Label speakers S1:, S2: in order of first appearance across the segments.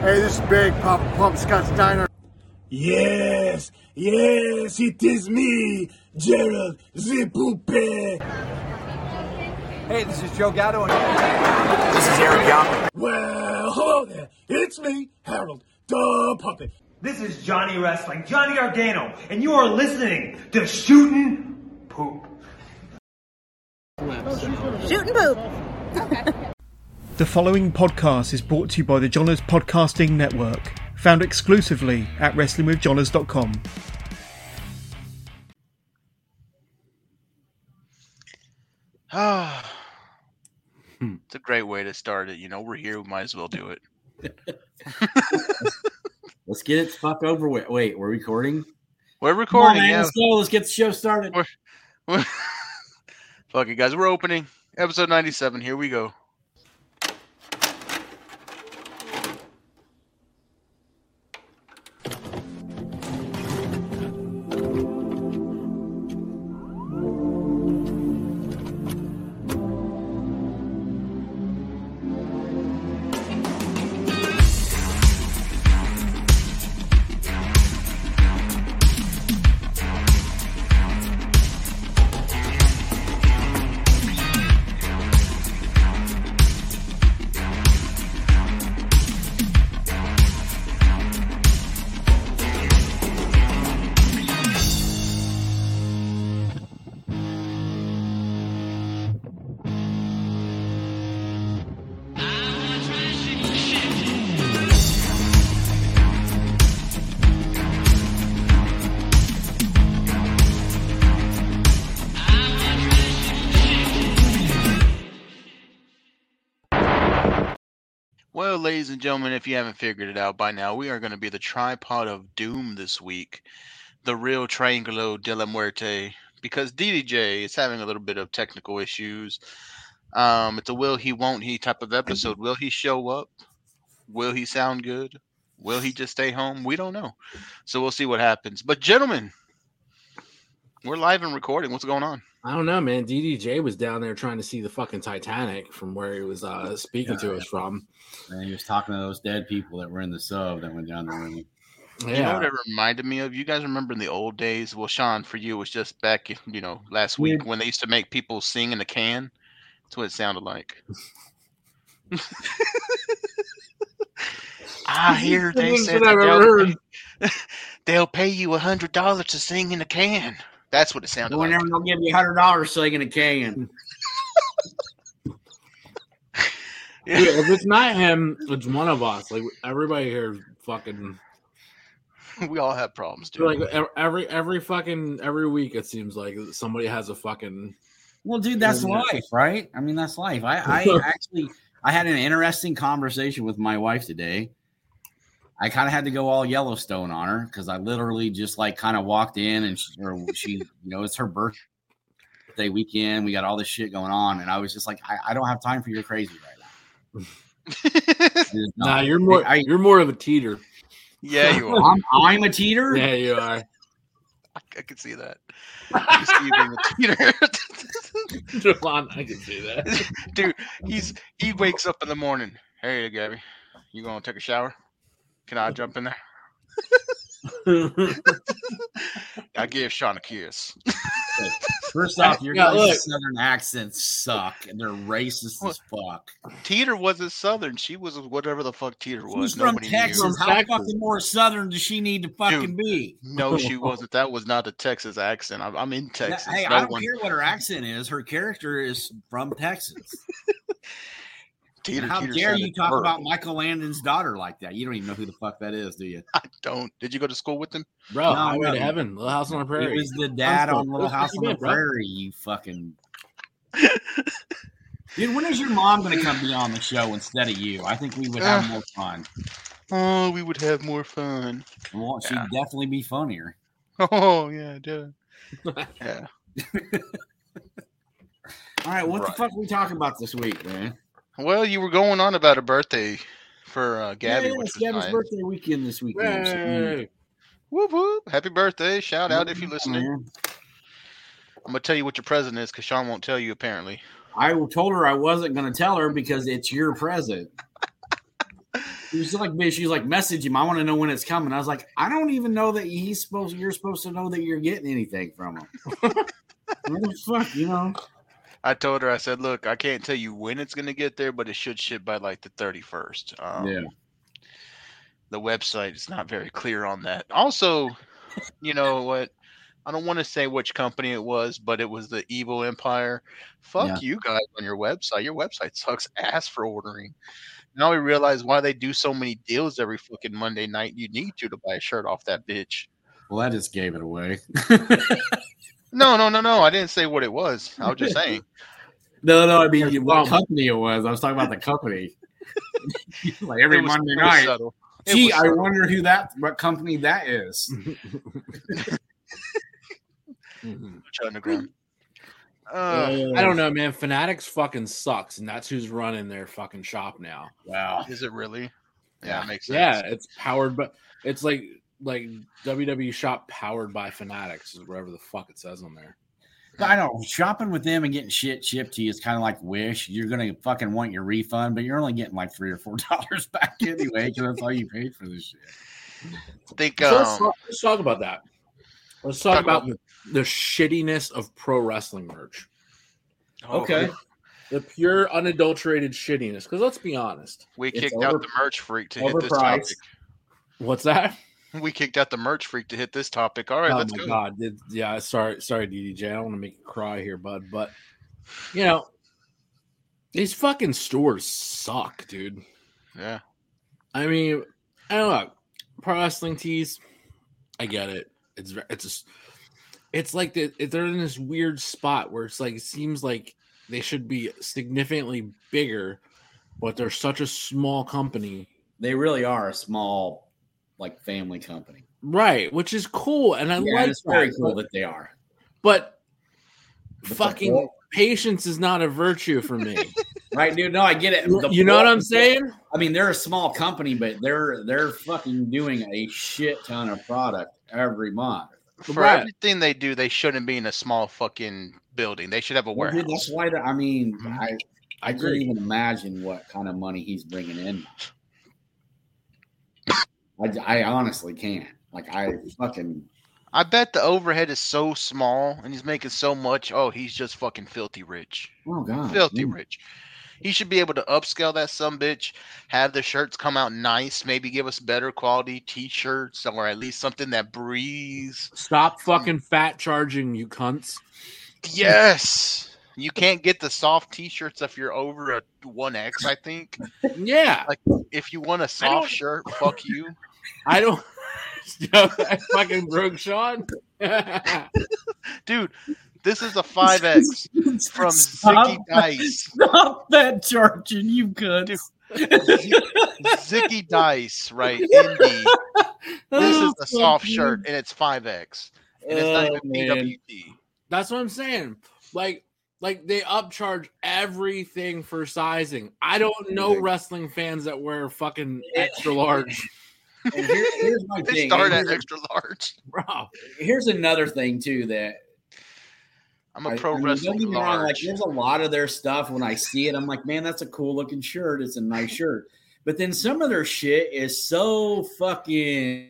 S1: Hey, this is Big Papa Pump Scott's Diner.
S2: Yes, yes, it is me, Gerald Zipupe.
S3: Hey, this is Joe Gatto. And-
S4: This is Eric Young.
S2: Well, hello there. It's me, Harold the Puppet.
S5: This is Johnny Wrestling, Johnny Argano, and you are listening to Shootin' Poop.
S6: Shooting poop.
S7: The following podcast is brought to you by the Jollers Podcasting Network, found exclusively at WrestlingWithJollers.com.
S8: Ah, it's a great way to start it. You know, we're here. We might as well do it.
S9: Let's get it the fuck over with. Wait, we're recording.
S8: We're
S9: Come on,
S8: recording.
S9: man,
S8: yeah.
S9: let's go. Let's get the show started.
S8: We're- we're- Fuck it, guys. We're opening episode 97. Here we go. Well, ladies and gentlemen, if you haven't figured it out by now, we are going to be the tripod of doom this week. The real Triangulo de la Muerte, because DDJ is having a little bit of technical issues. Um, it's a will he, won't he type of episode. Will he show up? Will he sound good? Will he just stay home? We don't know. So we'll see what happens. But, gentlemen, we're live and recording. What's going on?
S9: I don't know, man. DDJ was down there trying to see the fucking Titanic from where he was uh, speaking to us from.
S10: And he was talking to those dead people that were in the sub that went down the room.
S9: Yeah,
S8: You know what it reminded me of? You guys remember in the old days? Well, Sean, for you, it was just back, in, you know, last week when they used to make people sing in a can. That's what it sounded like. I hear they
S9: That's
S8: said
S9: what I've
S8: that
S9: ever
S8: they'll,
S9: heard.
S8: they'll pay you a hundred dollars to sing in a can. That's what it sounded
S10: No one
S8: like.
S10: ever gonna give you hundred dollars so they can a can.
S9: Dude, if it's not him, it's one of us. Like everybody here, fucking
S8: we all have problems, dude.
S9: like ev- every every fucking every week. It seems like somebody has a fucking.
S10: Well, dude, that's
S9: Yeah.
S10: life, right? I mean, that's life. I, I actually I had an interesting conversation with my wife today. I kind of had to go all Yellowstone on her because I literally just like kind of walked in and she, or she, you know, it's her birthday weekend. We got all this shit going on, and I was just like, I, I don't have time for your crazy right now. It is not.
S9: Nah, you're more
S10: I-
S9: you're more of a teeter.
S8: yeah, you are.
S10: I'm, I'm a teeter.
S9: Yeah, you are.
S8: I, I can see that. I can see you being a cheater.
S9: Javon, I can see that.
S8: dude he's he wakes up in the morning hey gabby you gonna take a shower can i jump in there i give sean a kiss
S10: First off, your
S9: Yeah,
S10: guys'
S9: look.
S10: southern accents suck and they're racist as fuck.
S8: teeter wasn't southern she was whatever the fuck teeter was
S10: She's from
S8: Nobody knew.
S10: Texas.
S9: From
S10: How
S9: Texas.
S10: fucking more southern does she need to fucking be?
S8: no she wasn't that was not a texas accent i'm, I'm in texas
S10: hey,
S8: no
S10: I don't
S8: one
S10: care what her accent is. Her character is from Texas.
S8: teeter,
S10: How
S8: teeter
S10: dare you
S8: sounded
S10: talk about
S8: horrible.
S10: Michael Landon's daughter like that? You don't even know who the fuck that is, do you?
S8: i don't did you go to school with him
S9: Bro,
S10: No,
S9: Highway
S10: no.
S9: to Heaven, Little House on the
S10: It
S9: Prairie.
S10: was the dad
S9: Uncle.
S10: on Little
S9: That's
S10: House
S9: pretty
S10: on the
S9: good, bro.
S10: Prairie, you fucking. Dude, when is your mom going to come be on the show instead of you? I think we would have more fun.
S8: oh we would have more fun
S10: Well, she'd
S8: Yeah.
S10: definitely be funnier.
S8: oh yeah dude yeah
S10: All right, what the
S8: Right.
S10: fuck we talking about this week, man?
S8: Well, you were going on about a birthday for uh, Gabby,
S10: yeah,
S8: which
S10: it's
S8: was
S10: Gabby's
S8: nice.
S10: birthday weekend this weekend. so-
S9: Yay.
S8: Whoop whoop! Happy birthday! Shout out if you're
S10: Yeah,
S8: listening.
S10: man.
S8: I'm gonna tell you what your present is because Sean won't tell you apparently.
S10: I told her I wasn't going to tell her because it's your present.
S11: She's like, me. she's like, message him. I want to know when it's coming. I was like, I don't even know that he's supposed. You're supposed to know that you're getting anything from him. What the fuck, you know?
S8: I told her, I said, look, I can't tell you when it's gonna get there, but it should ship by like the thirty first. Um,
S11: Yeah.
S8: The website is not very clear on that. Also, you know what? I don't want to say which company it was, but it was the Evil Empire. Fuck
S10: Yeah.
S8: you guys on your website. Your website sucks ass for ordering. Now we realize why they do so many deals every fucking Monday night. You need you to buy a shirt off that bitch.
S10: Well, I just gave it away.
S8: No, no, no, no. I didn't say what it was. I was just saying.
S11: No, no. I mean, what company it was? I was talking about the company. like every
S8: It was-
S11: Monday
S8: it was
S11: night.
S8: subtle. It
S11: Gee,
S8: was
S11: I
S8: subtle.
S11: wonder who that, what company that is.
S8: Lucha Underground. Uh,
S9: Mm-hmm. I don't know, man. Fanatics fucking sucks, and that's who's running their fucking shop now.
S11: Wow.
S8: Is it really? Yeah, it makes sense.
S9: Yeah, it's powered, but it's like like WWE shop powered by Fanatics is whatever the fuck it says on there.
S10: I know shopping with them and getting shit shipped to you is kind of like Wish. You're gonna fucking want your refund, but you're only getting like three or four dollars back anyway because that's all you paid for this shit.
S8: I think
S9: So let's,
S8: um,
S9: talk, let's talk about that. Let's talk
S8: Talk
S9: about the, the shittiness of pro wrestling merch.
S8: oh,
S10: Okay.
S9: The pure, unadulterated shittiness. Because let's be honest.
S8: we
S9: It's
S8: kicked
S9: over-
S8: out the merch freak to hit this
S9: overpriced.
S8: topic.
S9: What's that?
S8: We kicked out the merch freak to hit this topic. All right,
S9: oh
S8: let's
S9: my
S8: go.
S9: god! Did- yeah, sorry, sorry, DDJ. I don't want to make you cry here, bud. But you know, these fucking stores suck, dude.
S8: Yeah,
S9: I mean, I don't know. Pro wrestling tees, I get it. It's ve- it's just, it's like the, they're in this weird spot where it's like it seems like they should be significantly bigger, but they're such a small company,
S10: They really are a small, like family company.
S9: right? Which is cool, and I
S10: Yeah,
S9: like
S10: it's very
S9: that,
S10: cool
S9: but-
S10: that they are.
S9: but
S10: the
S9: fucking
S10: bulk-
S9: patience is not a virtue for me.
S10: Right, dude. No, I get it.
S9: you
S10: The
S9: you know what
S10: bulk-
S9: I'm saying?
S10: I mean, they're a small company, but they're they're fucking doing a shit ton of product every month.
S8: for
S9: Right.
S8: everything they do, they shouldn't be in a small fucking building. They should have a
S10: Well, dude,
S8: warehouse.
S10: that's
S8: Mm-hmm.
S10: why. the- I mean, I I
S9: I
S10: couldn't
S9: agree.
S10: even imagine what kind of money he's bringing in. I, I honestly can't. Like I fucking
S8: I bet the overhead is so small, and he's making so much. Oh, he's just fucking filthy rich.
S10: oh god,
S8: filthy
S10: Mm.
S8: rich. He should be able to upscale that some bitch, have the shirts come out nice, maybe give us better quality t-shirts or at least something that breathes.
S9: Stop fucking fat charging, you cunts.
S8: Yes. You can't get the soft t-shirts if you're over a 1X, I think.
S9: Yeah,
S8: If you want a soft shirt, fuck you.
S9: I don't. Yo, that fucking broke Sean. Stop
S8: Dude, this is a 5X from Zicky Dice.
S10: Stop that charging, you good.
S8: Zicky Dice, right? Indie. This is
S2: Oh,
S8: a soft shirt and it's 5X. And it's not
S10: Oh,
S8: even PWT.
S9: That's what I'm saying. Like, like they upcharge everything for sizing. I don't know wrestling fans that wear fucking extra large,
S10: And here- here's my
S8: They
S10: thing.
S8: start at
S10: here's,
S8: extra large.
S9: bro.
S10: here's another thing too that
S8: I'm a
S10: I-
S8: pro
S10: I mean, don't
S8: wrestling
S10: get me wrong, like
S8: large.
S10: there's a lot of their stuff when I see it, I'm like, man, that's a cool looking shirt. It's a nice shirt. But then some of their shit is so fucking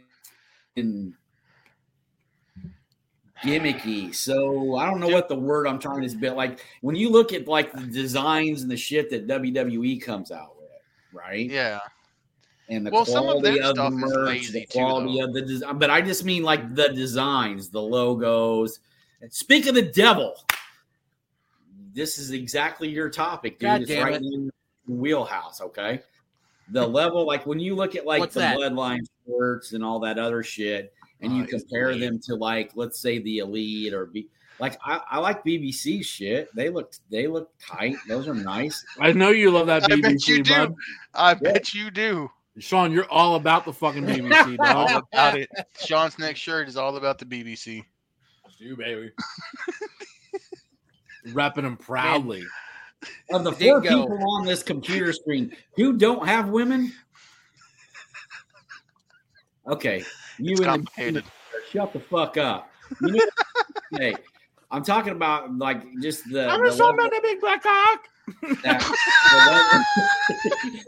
S10: gimmicky. So I don't know what the word I'm trying to bit like when you look at like the designs and the shit that WWE comes out with, right?
S8: yeah.
S10: and the
S8: Well, some of
S10: quality
S8: their
S10: of, the
S8: stuff is
S10: merch,
S8: lazy
S10: the
S8: too,
S10: quality
S8: though.
S10: of the design. But I just mean like the designs, the logos. Speak of the devil. This is exactly your topic, dude.
S9: God
S10: it's
S9: damn
S10: right
S9: it.
S10: in your wheelhouse, okay? The level, like when you look at like
S9: What's
S10: the
S9: that?
S10: bloodline shirts and all that other shit, and you
S9: Oh, it's
S10: compare
S9: elite.
S10: them to like, let's say the elite or B like I, I like BBC shit. They look they look tight. Those are nice.
S9: I know you love that
S8: I
S9: BBC,
S8: bet you do.
S9: bud.
S8: I bet you do.
S9: Sean, you're all about the fucking BBC,
S8: All
S9: dog.
S8: about it. Sean's next shirt is all about the BBC.
S9: you, baby. Repping them proudly.
S10: of the four
S8: Dingo.
S10: people on this computer screen who don't have women. Okay, you and
S8: It's
S10: the,
S8: complicated.
S10: shut the fuck up. You know, hey, I'm talking about like just the.
S9: I'm
S10: the
S9: so
S10: level-
S9: many big black cock.
S10: that- the, level-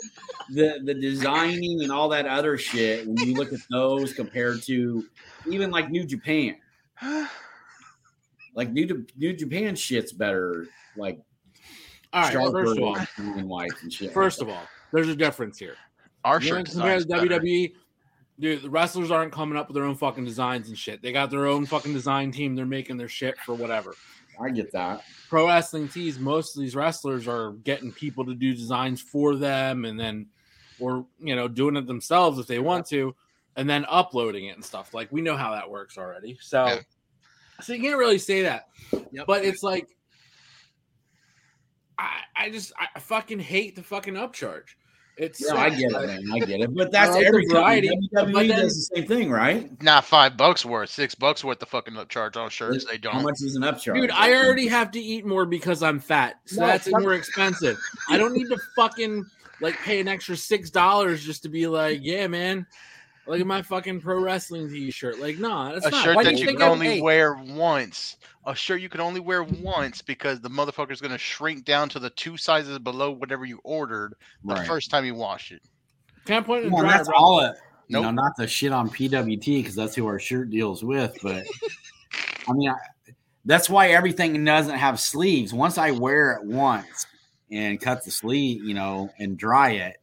S10: the the designing and all that other shit. When you look at those compared to even like New Japan, like New Ja- New Japan shit's better. Like
S9: All right,
S10: sharper
S9: first of all,
S10: and blue and white and shit.
S9: first of all, there's a difference here. You
S8: Our
S9: know,
S8: shirt
S9: compared
S8: design's
S9: to
S8: better.
S9: WWE, dude, the wrestlers aren't coming up with their own fucking designs and shit. They got their own fucking design team. They're making their shit for whatever.
S10: I get that.
S9: Pro wrestling tees. Most of these wrestlers are getting people to do designs for them, and then, or you know, doing it themselves if they want to, and then uploading it and stuff. Like we know how that works already. So,
S8: Yeah.
S9: so you can't really say that.
S12: Yep.
S9: But it's like, I, I just I fucking hate the fucking upcharge. It's
S10: No, I get it, man. I get it. But that's
S9: I like the
S10: every
S9: variety,
S10: variety. WWE
S9: but then-
S10: E does the same thing, right?
S8: Not five bucks worth, six bucks worth the fucking upcharge on shirts. They
S10: How
S8: don't.
S10: much is an upcharge?
S9: Dude, I already have to eat more because I'm fat. So
S10: No,
S9: that's
S10: fuck-
S9: more expensive. I don't need to fucking like pay an extra six dollars just to be like, yeah, man. Look at my fucking pro wrestling t-shirt. Like, nah, that's
S8: a
S9: not.
S8: shirt
S9: Why do
S8: that you
S9: think
S8: can
S9: I-
S8: only
S9: hey,
S8: wear once. A shirt you can only wear once because the motherfucker's gonna shrink down to the two sizes below whatever you ordered the
S12: Right.
S8: first time you wash it.
S9: Can I point it in
S10: Come on,
S9: the dryer,
S10: that's
S9: bro?
S10: all it. You
S8: Nope.
S10: know, not the shit on PWT because that's who our shirt deals with. But I mean, I, that's why everything doesn't have sleeves. Once I wear it once and cut the sleeve, you know, and dry it,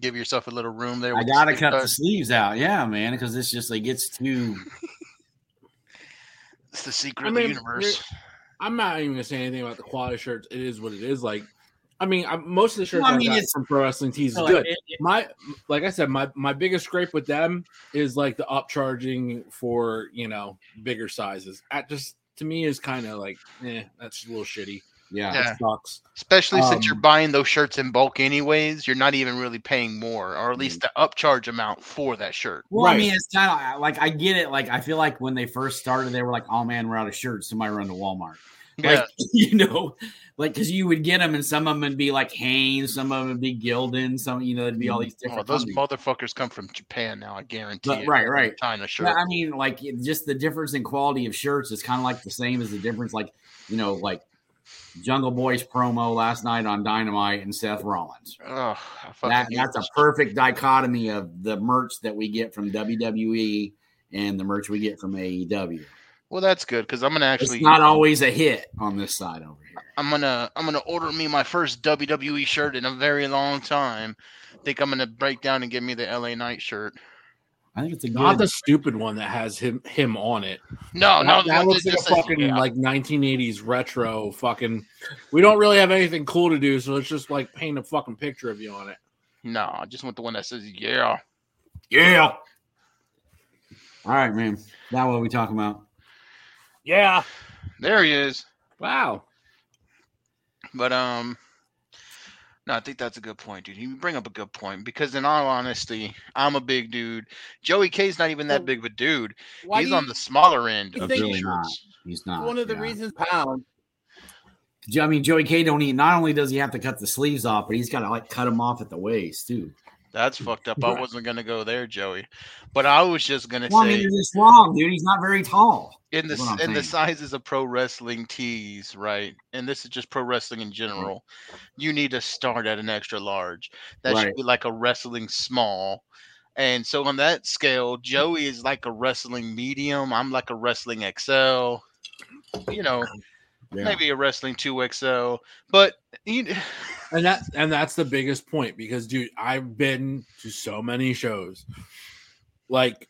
S8: Give yourself a little room there.
S10: I
S8: with the uh,
S10: gotta
S8: sleeve
S10: cut the
S8: cuts.
S10: sleeves out. Yeah, man, because it's just like gets too.
S8: It's the secret
S9: I
S8: of
S9: mean,
S8: the universe.
S9: I'm not even gonna say anything about the quality of shirts. It is what it is. Like, I mean, I, most of the shirts
S10: Well, I
S9: I
S10: mean,
S9: mean,
S10: it's-
S9: from pro wrestling tees is
S10: Like,
S9: good.
S10: it- it-
S9: my like I said, my my biggest gripe with them is like the upcharging for you know bigger sizes. That just to me is kind of like, eh, that's a little shitty.
S10: yeah.
S8: Yeah.
S9: It sucks.
S8: Especially since you're
S9: um,
S8: buying those shirts in bulk anyways, you're not even really paying more, or at least
S10: Mm.
S8: the upcharge amount for that shirt.
S10: Well, I
S9: Right.
S10: mean, it's kind of like I get it. Like I feel like when they first started, they were like, "Oh man, we're out of shirts. Somebody run to Walmart."
S8: Yeah. Oh,
S10: Like you know, like because you would get them, and some of them would be like Hanes, some of them would be Gildan, some you know, it'd be all these
S8: Oh,
S10: different.
S8: those
S10: companies.
S8: motherfuckers come from Japan now, I guarantee
S10: But-
S8: it.
S10: right, right.
S8: China shirt.
S10: But, I mean, like it- just the difference in quality of shirts is kind of like the same as the difference, like you know, like Jungle Boy's promo last night on Dynamite and Seth Rollins.
S8: Ugh, I fucking
S10: That,
S8: hate
S10: that's a
S8: this
S10: perfect dichotomy of the merch that we get from WWE and the merch we get from E AEW.
S8: Well, that's good because I'm gonna actually.
S10: it's not always a hit on this side over here.
S8: I'm gonna. I'm gonna order me my first WWE shirt in a very long time. Think I'm gonna break down and get me the LA Knight shirt.
S10: I think it's a
S9: Not
S10: good.
S9: the stupid one that has him him on it.
S8: No, Oh, no,
S9: that, that looks like a fucking like 1980s retro fucking. We don't really have anything cool to do, so let's just like paint a fucking picture of you on it.
S8: No, I just want the one that says yeah.
S10: yeah. All right, man. That what we talking about?
S9: Yeah.
S8: There he is.
S9: Wow.
S8: But um, no, I think that's a good point, dude. You bring up a good point because, in all honesty, I'm a big dude. Joey K's not even that big of a dude.
S9: Why
S8: He's
S9: do you-
S8: on the smaller end
S9: you
S8: of
S9: think-
S8: t-shirts.
S10: Really not. He's not.
S9: one of the
S10: yeah.
S9: reasons pound.
S10: Jo- I mean, Joey K don't even. Not only does he have to cut the sleeves off, but he's got to like cut them off at the waist too.
S8: That's fucked up. I
S9: Right.
S8: wasn't gonna go there, Joey. But I was just gonna
S10: Well, I
S8: say.
S10: mean, he's just long, dude. He's not very tall.
S8: in the
S10: is what I'm
S8: s- in the
S10: saying.
S8: sizes of pro wrestling tees, right? And this is just pro wrestling
S10: Mm-hmm.
S8: in general. You need to start at an extra large. That
S10: Right.
S8: should be like a wrestling small. And so on that scale,
S10: Mm.
S8: Joey is like a wrestling medium. I'm like a wrestling XL. You know,
S10: Yeah.
S8: maybe a wrestling two XL. But you,
S9: and that and that's the biggest point because dude i've been to so many shows like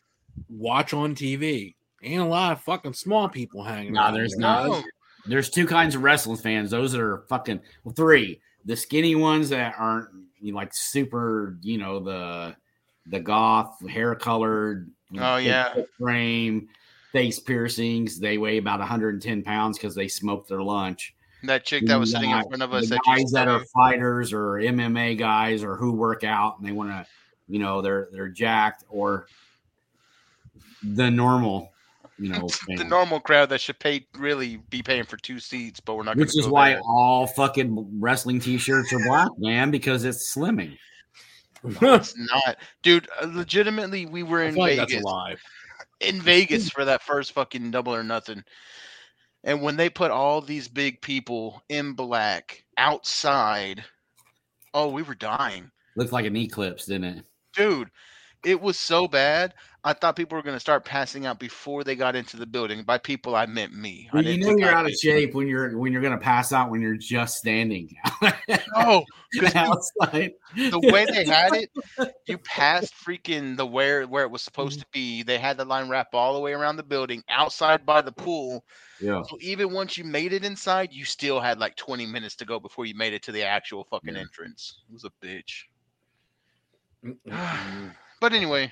S9: watch on tv ain't a lot of fucking small people hanging
S10: Nah,
S9: out
S10: there's
S9: there.
S10: not.
S8: no,
S10: There's two kinds of wrestling fans. Those that are fucking well, three. The skinny ones that aren't you know, like super, you know, the the goth, hair colored,
S8: Oh, yeah.
S10: frame, face piercings. They weigh about 110 pounds because they smoked their lunch.
S8: that chick that was sitting in
S10: Not-
S8: front of
S10: The
S8: us that you
S10: guys that
S8: saw-
S10: are fighters or MMA guys or who work out and they want to, you know, they're they're jacked or the normal, you know,
S8: the
S10: fan.
S8: normal crowd that should pay really be paying for two seats, but we're not.
S10: Which
S8: gonna
S10: is
S8: go
S10: why
S8: there.
S10: all fucking wrestling t-shirts are black, man, because it's slimming.
S8: It's not, dude. uh, Legitimately, we were
S9: I
S8: in
S9: feel like that's a
S8: Vegas.
S9: lie.
S8: In Vegas for that first fucking double or nothing, And when they put all these big people in black outside, oh, we were dying.
S10: Looked like an eclipse, didn't it?
S8: Dude, it was so bad. I thought people were going to start passing out before they got into the building. By people, I meant me. I
S10: Well, you
S8: didn't
S10: know
S8: think
S10: you're
S8: I
S10: out of
S8: was-
S10: shape when you're when you're gonna pass out when you're just standing
S8: No, Oh, 'cause
S10: outside.
S8: the way they had it, you passed freaking the where where it was
S10: Mm-hmm.
S8: supposed to be. They had the line wrap all the way around the building, outside by the pool.
S10: Yeah.
S8: So even once you made it inside, you still had like 20 minutes to go before you made it to the actual fucking entrance. It was a bitch. but anyway,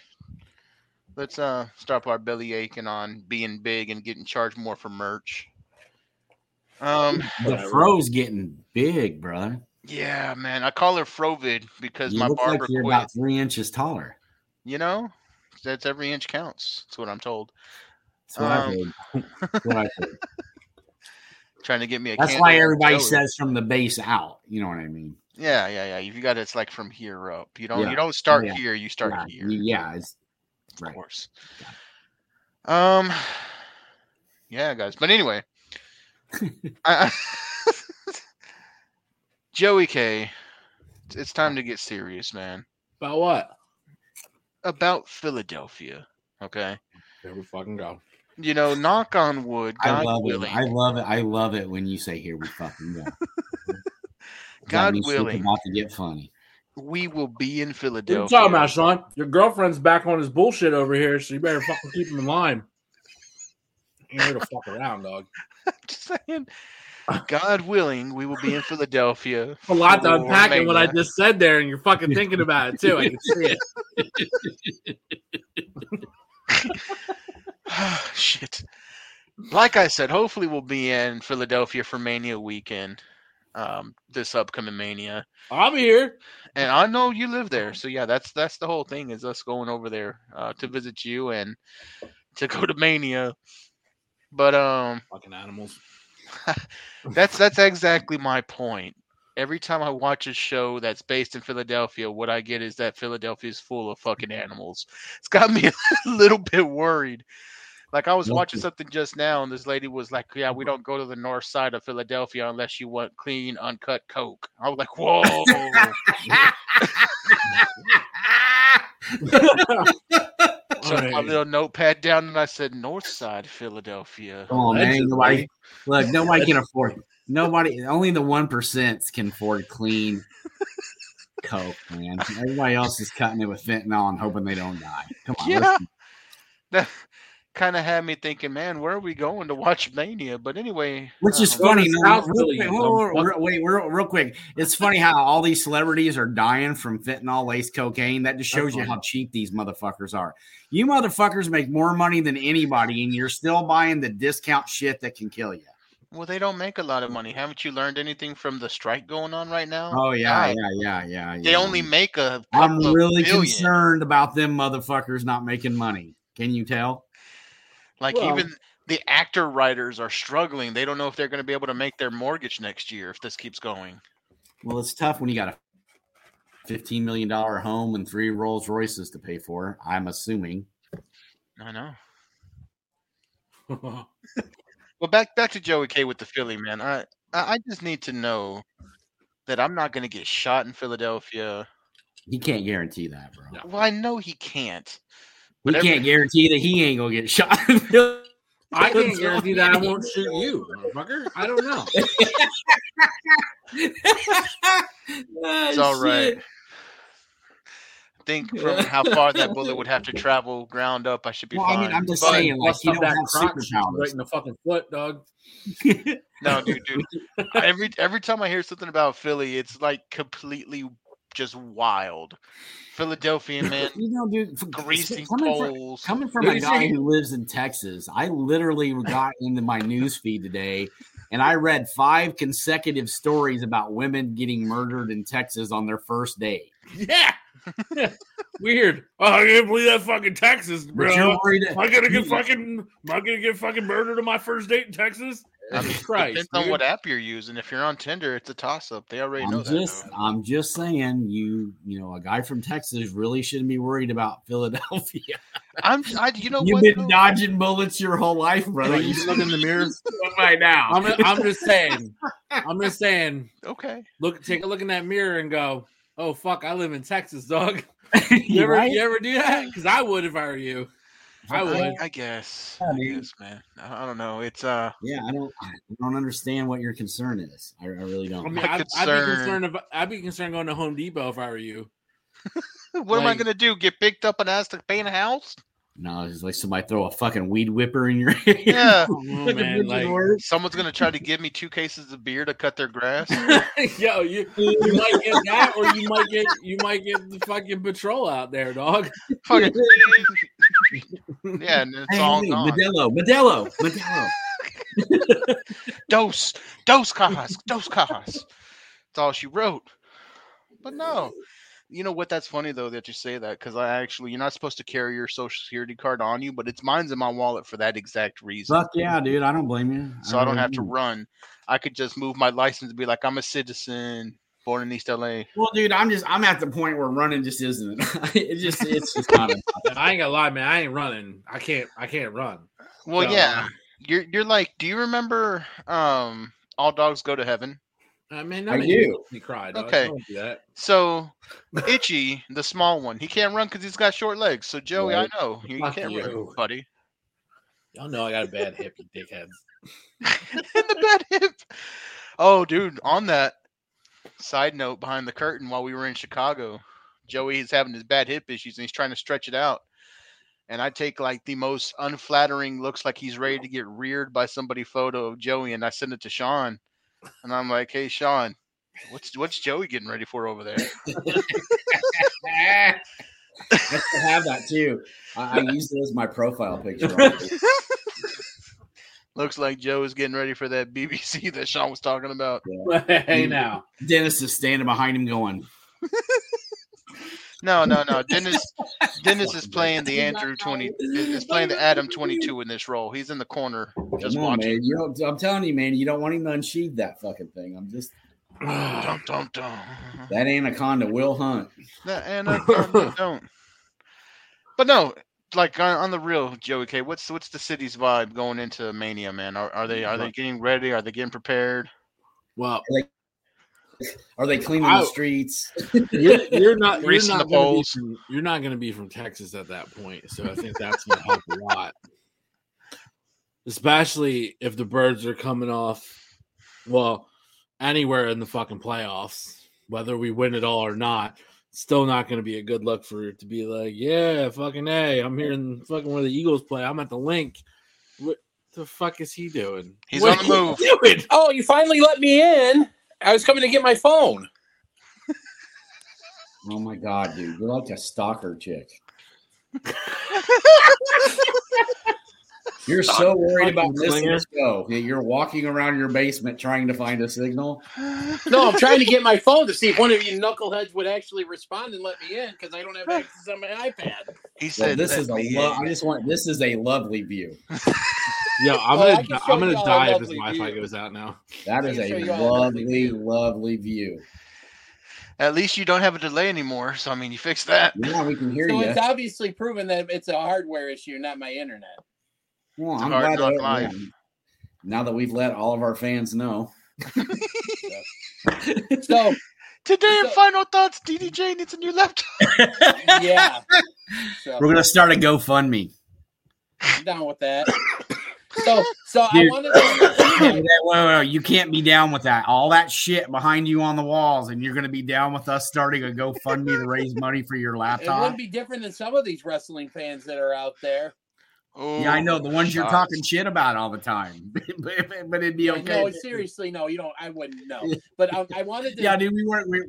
S8: let's uh stop our belly aching on being big and getting charged more for merch. Um
S10: The fro's getting big, brother.
S8: yeah, man. I call her Frovid because
S10: You
S8: my
S10: look like
S8: barber
S10: you're
S8: quit.
S10: about three inches taller.
S8: You know, that's every inch counts. That's what I'm told.
S10: That's what I
S8: Um,
S10: heard. That's, what I heard.
S8: Trying to get me a.
S10: That's
S8: candle
S10: why
S8: and
S10: everybody
S8: show it.
S10: says from the base out. You know what I mean?
S8: Yeah, yeah, yeah. If you got it's like from here up. You don't.
S10: Yeah.
S8: You don't start
S10: Yeah.
S8: here. You start
S10: yeah,
S8: here.
S10: yeah, it's
S8: Of
S10: right.
S8: course. Um. Yeah, guys. But anyway, I, I- Joey K, it's- it's time to get serious, man.
S9: About what?
S8: About Philadelphia, okay?
S9: There we fucking go.
S8: You know, knock on wood. God
S10: I love
S8: willing.
S10: it. I love it. I love it when you say here we fucking go.
S8: God
S10: means it's
S8: willing.
S10: about to get funny.
S8: we will be in
S9: What are
S8: Philadelphia.
S9: you talking about, Sean? Your girlfriend's back on his bullshit over here, so you better fucking keep him in line. You ain't here to fuck around, dog.
S8: Just saying. God willing, we will be in Philadelphia.
S9: A lot to
S8: for
S9: unpack in what I
S8: Mania.
S9: just said there, and you're fucking thinking about it too. I can see it.
S8: Shit. Like I said, hopefully we'll be in Philadelphia for Mania weekend. Um, this upcoming Mania,
S9: I'm here.
S8: and I know you live there, so yeah, that's that's the whole thing is us going over there uh, to visit you and to go to Mania. But um,
S9: Fucking animals.
S8: That's that's exactly my point. Every time I watch a show that's based in Philadelphia, what I get is that Philadelphia is full of fucking animals. It's got me a little bit worried. Like I was
S10: Yep.
S8: watching something just now, and this lady was like, "Yeah, we don't go to the north side of Philadelphia unless you want clean, uncut coke." I was like, "Whoa!" Took my
S9: Right.
S8: little notepad down, and I said, "North side Philadelphia."
S10: Come on, Oh, man.
S9: Allegedly.
S10: Nobody, look, nobody can afford it. Nobody, only the one percent can afford clean coke, man. Everybody else is cutting it with fentanyl and hoping they don't die. Come on,
S8: Yeah.
S10: listen.
S8: That kind of had me thinking, "Man, where are we going to watch Mania?" But anyway,
S10: which is
S8: um,
S9: Go
S10: funny.
S9: to
S10: no,
S9: South
S10: real
S9: Philly,
S10: quick,
S9: you
S10: whoa, whoa, whoa,
S9: dumb fuck.
S10: wait, real, real quick. It's funny how all these celebrities are dying from fentanyl laced cocaine. That just shows you how cheap these motherfuckers are. You motherfuckers make more money than anybody, and you're still buying the discount shit that can kill you.
S8: Well, they don't make a lot of money. Haven't you learned anything from the strike going on right now?
S10: Oh yeah,
S8: God,
S10: yeah, yeah, yeah.
S8: They
S10: yeah.
S8: only make a.
S10: I'm
S8: couple of
S10: really
S8: billion.
S10: concerned about them motherfuckers not making money. Can you tell?
S8: Like
S9: Well-
S8: even the actor writers are struggling. They don't know if they're going to be able to make their mortgage next year if this keeps going.
S10: Well, it's tough when you got a fifteen million dollar home and three Rolls Royces to pay for. I'm assuming.
S8: I know.
S9: All
S8: Well, back back to Joey K with the Philly man. I I I just need to know that I'm not going to get shot in Philadelphia.
S10: He can't guarantee that, bro.
S9: No.
S8: Well, I know he can't.
S10: He
S8: But every-
S10: can't guarantee that he ain't gonna get shot.
S9: I can't guarantee that I won't shoot you, motherfucker. I don't know.
S8: It's all right. Think from how far that bullet would have to travel ground up, I should be
S10: Well,
S8: fine.
S10: I mean, I'm just
S8: But-
S10: saying, like,
S9: Bust
S10: you
S9: up
S10: don't
S9: that
S10: have
S9: crotch right
S10: superpowers.
S9: in the fucking foot, dog.
S8: No, dude, dude. every every time I hear something about Philly, it's like completely just wild. Philadelphia man,
S10: You know, dude, for-
S8: greasing
S10: coming from,
S8: poles.
S10: coming from
S9: What
S10: a
S9: is
S10: guy
S9: it?
S10: who lives in Texas, I literally got into my news feed today and I read five consecutive stories about women getting murdered in Texas on their first day.
S9: Yeah. Weird. Oh, I can't believe that fucking Texas,
S10: But you're
S9: bro.
S10: worried
S9: Am I gonna get fucking? Am I gonna get fucking murdered on my first date in Texas?
S8: I mean,
S9: Christ,
S8: depends on
S9: dude.
S8: what app you're using. If you're on Tinder, it's a toss up. They already know
S10: I'm
S8: that.
S10: just,
S8: though.
S10: I'm just saying, you, you know, a guy from Texas really shouldn't be worried about Philadelphia.
S8: I'm, I, you know
S10: You've
S8: what?
S10: been
S8: though?
S10: dodging bullets your whole life, brother.
S9: you
S10: You
S9: just look in the mirror.
S10: know by now.
S9: I'm, I'm just saying. I'm just saying.
S8: okay.
S9: Look, take a look in that mirror and go, "Oh fuck, I live in Texas, dog." You
S10: You
S9: ever,
S10: right?
S9: you ever do that? Because I would if I were you. I would.
S8: I, I guess.
S10: Yeah,
S8: I
S10: dude.
S8: guess, man. I I don't know. It's uh,
S10: Yeah, I don't, I don't understand what your concern is. I, I really
S9: I
S10: don't.
S9: mean,
S8: My
S9: I'd, I'd be
S8: concern-
S9: concerned. About, I'd be concerned going to Home Depot if I were you.
S8: what am I
S9: Like-
S8: gonna do? Get picked up and asked to paint a house?
S10: No, it's like somebody throw a fucking weed whipper in your hand.
S8: Yeah.
S9: Oh, man, like,
S8: Someone's gonna try to give me two cases of beer to cut their grass.
S9: yo, you, you might get that, or you might get you might get the fucking patrol out there, dog.
S8: Fucking. yeah, and it's
S10: Hey,
S8: all
S10: hey,
S8: gone.
S10: Modelo, Modelo, Modelo.
S8: Dos, dos cajas, dos cajas. That's all she wrote. But no, you know what? That's funny though that you say that because I actually, you're not supposed to carry your social security card on you, but it's mine's in my wallet for that exact reason.
S10: Fuck yeah, dude. I don't blame you.
S8: so I don't have to
S10: blame you.
S8: run. I could just move my license and be like, I'm a citizen born in East LA.
S10: Well, dude, I'm just I'm at the point where running just isn't. it just it's just not. enough.
S9: I ain't gonna lie, man. I ain't running. I can't. I can't run.
S8: Well,
S9: So-
S8: yeah, you're you're like, do you remember um All Dogs Go to Heaven?
S9: I mean,
S10: I
S9: that
S10: do.
S9: You cry. Dog.
S8: Okay.
S9: Don't do that.
S8: So Itchy, the small one, he can't run because he's got short legs. So Joey,
S9: Right.
S8: I know you, you
S9: Fuck
S8: can't
S9: you.
S8: run, buddy.
S9: Y'all know I got a bad hip, you dickheads.
S8: in the bad hip. Oh, dude, on that side note, behind the curtain while we were in Chicago, Joey is having his bad hip issues and he's trying to stretch it out. And I take like the most unflattering looks like he's ready to get reared by somebody photo of Joey and I send it to Sean. And I'm like, hey Sean, what's what's Joey getting ready for over there?
S10: I still have that too. I, I use it as my profile picture. honestly.
S8: Looks like Joe is getting ready for that BBC that Sean was talking about.
S9: hey now,
S10: Dennis is standing behind him, going,
S8: No, no, no. Dennis Dennis is playing the Andrew 20 is is playing the Adam 22 in this role. He's in the corner just
S10: "Come on,
S8: watching.
S10: man. You don't, I'm telling you, man. You don't want him to unsheathe that fucking thing. I'm just
S8: Dum, dum, dum.
S10: that anaconda will hunt.
S8: The anaconda uh, don't. But no, like on, on the real Joey K, what's what's the city's vibe going into Mania, man? Are, are they are they getting ready? Are they getting prepared?
S9: well,
S10: Are they cleaning
S9: Ow.
S10: the streets?
S9: you're, you're not you're
S8: Greasing
S9: not,
S8: the
S9: gonna be
S8: poles.
S9: from, you're not gonna be from Texas at that point, so I think that's gonna help a lot. Especially if the birds are coming off, well, anywhere in the fucking playoffs, whether we win it all or not, it's still not gonna be a good look for it to be like, yeah, fucking a, I'm here in fucking where the Eagles play. I'm at the link. What the fuck is he doing?
S8: He's
S9: What
S8: on the
S9: are you
S8: move.
S9: doing?
S13: Oh, you finally let me in. I was coming to get my phone.
S10: Oh my god, dude! You're like a stalker chick. You're so worried about
S9: Fucking
S10: missing
S9: clinger.
S10: this show. that You're walking around your basement trying to find a signal.
S13: No, I'm trying to get my phone to see if one of you knuckleheads would actually respond and let me in because I don't have access on my iPad.
S8: He
S10: Well,
S8: said
S10: this
S8: "Let
S10: is a.
S8: me
S10: Lo-
S8: in."
S10: I just want. This is a lovely view.
S9: Yo, I'm
S13: Oh, I
S9: gonna
S13: can show
S9: I'm gonna
S13: y'all a
S9: die if his
S13: lovely
S9: Wi-Fi
S13: view.
S9: goes out now.
S10: That
S13: I
S10: is
S13: can show
S10: a
S13: you all a
S10: lovely,
S13: lovely
S10: lovely view.
S8: At least you don't have a delay anymore. So I mean, you fix that.
S10: Yeah, we can hear
S13: So
S10: you.
S13: it's obviously proven that it's a hardware issue, not my internet.
S10: Well,
S8: It's
S10: I'm
S8: hard
S10: glad
S8: knock
S10: that-
S8: life.
S10: now that we've let all of our fans know.
S13: So
S8: Today, in
S13: So-
S8: final thoughts. DDJ needs a new laptop.
S13: yeah, so
S10: We're gonna start a GoFundMe.
S13: I'm down with that. So so I
S10: Dude.
S13: wanted to.
S10: whoa, whoa, you can't be down with that. All that shit behind you on the walls, and you're gonna be down with us starting a GoFundMe to raise money for your
S13: It would
S10: laptop.
S13: be different than some of these wrestling fans that are out there.
S8: Oh,
S10: Yeah, I know the ones you're
S8: shots.
S10: talking shit about all the time, but, but it'd be
S13: Like,
S10: okay.
S13: No, seriously, no, you don't. I wouldn't know. But um, I wanted to.
S10: Yeah, dude, we weren't. We,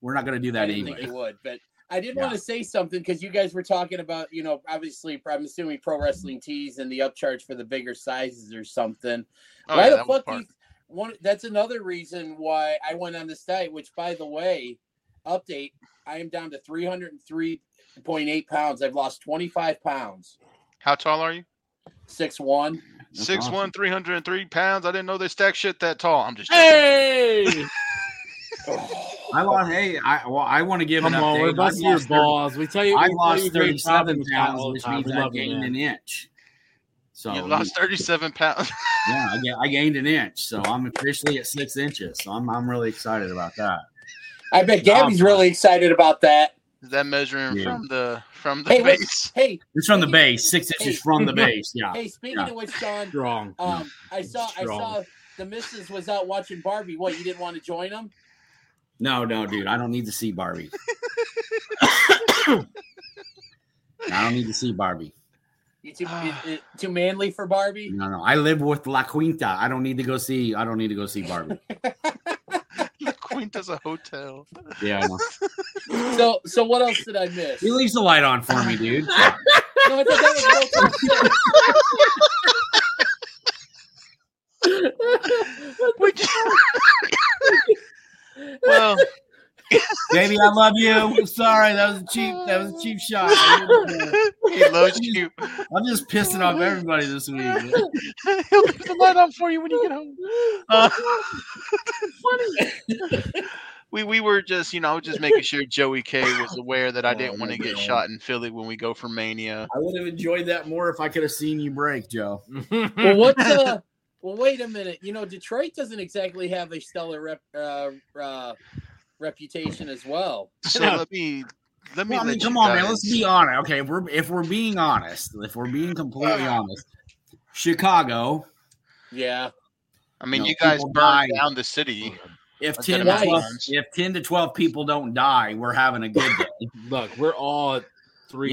S10: we're not gonna do
S13: I
S10: that
S13: didn't
S10: anyway.
S13: think you would, but I did
S10: Yeah.
S13: want to say something because you guys were talking about, you know, obviously, I'm assuming pro wrestling tees and the upcharge for the bigger sizes or something.
S8: Oh,
S13: why
S8: yeah,
S13: the
S8: that was
S13: fuck? do
S8: part.
S13: you- one that's another reason why I went on this diet. Which, by the way, update: I am down to 303.8 pounds. I've lost 25 pounds.
S8: How tall are you?
S13: Six one.
S8: Six one, three hundred and three pounds. I didn't know they stack shit that tall. I'm just
S9: Hey!
S10: I lost. Hey, I well, I want to give
S9: Come
S10: an
S9: on,
S10: update.
S9: we're
S10: I
S9: busting your
S10: lost thirty-
S9: balls. We tell you,
S10: I
S9: we tell
S10: lost
S9: you great
S10: 37
S9: problems
S10: pounds,
S9: all the
S10: which
S9: time.
S10: means
S9: We
S10: I
S9: love you,
S10: gained
S9: man.
S10: an inch. So
S8: you lost thirty seven pounds.
S10: yeah, I, ga- I gained an inch, so I'm officially at six inches. So I'm I'm really excited about that.
S13: I bet Gabby's really excited about that.
S8: Is that measuring
S10: Yeah.
S8: from the from the
S13: Hey, wait,
S8: base?
S13: hey,
S10: It's from the base, six inches from the base. Yeah,
S13: hey! Speaking
S10: yeah.
S13: of which, Sean,
S9: Strong.
S13: um, I saw, I
S9: Strong.
S13: saw the missus was out watching Barbie. What? You didn't want to join them?
S10: no, no, dude, I don't need to see Barbie. I don't need to see Barbie.
S13: You too,
S9: Ah.
S13: it- it- too manly for Barbie?
S10: No, no, I live with La Quinta. I don't need to go see. I don't need to go see Barbie.
S8: The Queen does a hotel.
S10: Yeah, I know.
S13: So, so what else did I miss?
S10: he leaves the light on for me, dude.
S13: No, I thought that was real talk.
S8: Well,
S10: Baby, I love you. I'm sorry, that was a cheap. That was a cheap shot.
S8: he loves you.
S10: I'm just pissing off everybody this week.
S8: He'll leave the light on for you when you get home. Uh, we we were just, you know, I was just making sure Joey K was aware that I didn't want to get shot in Philly when we go for Mania.
S10: I would have enjoyed that more if I could have seen you break, Joe.
S13: Well, what's uh? Well, wait a minute. You know, Detroit doesn't exactly have a stellar rep, uh, uh, reputation as well.
S8: So
S9: Yeah.
S8: let me let me
S10: Well, I mean,
S8: let
S10: come
S8: you
S10: on, man.
S8: guys-
S10: Let's be honest. Okay, if we're if we're being honest, if we're being completely honest, Chicago.
S13: Yeah.
S8: I mean,
S10: No,
S8: you guys
S10: people
S8: burned
S10: die.
S8: down the city.
S10: If ten
S8: I've said
S10: to
S13: it many
S10: 12,
S8: times.
S10: if ten to twelve people don't die, we're having a good day.
S9: Look, we're all three.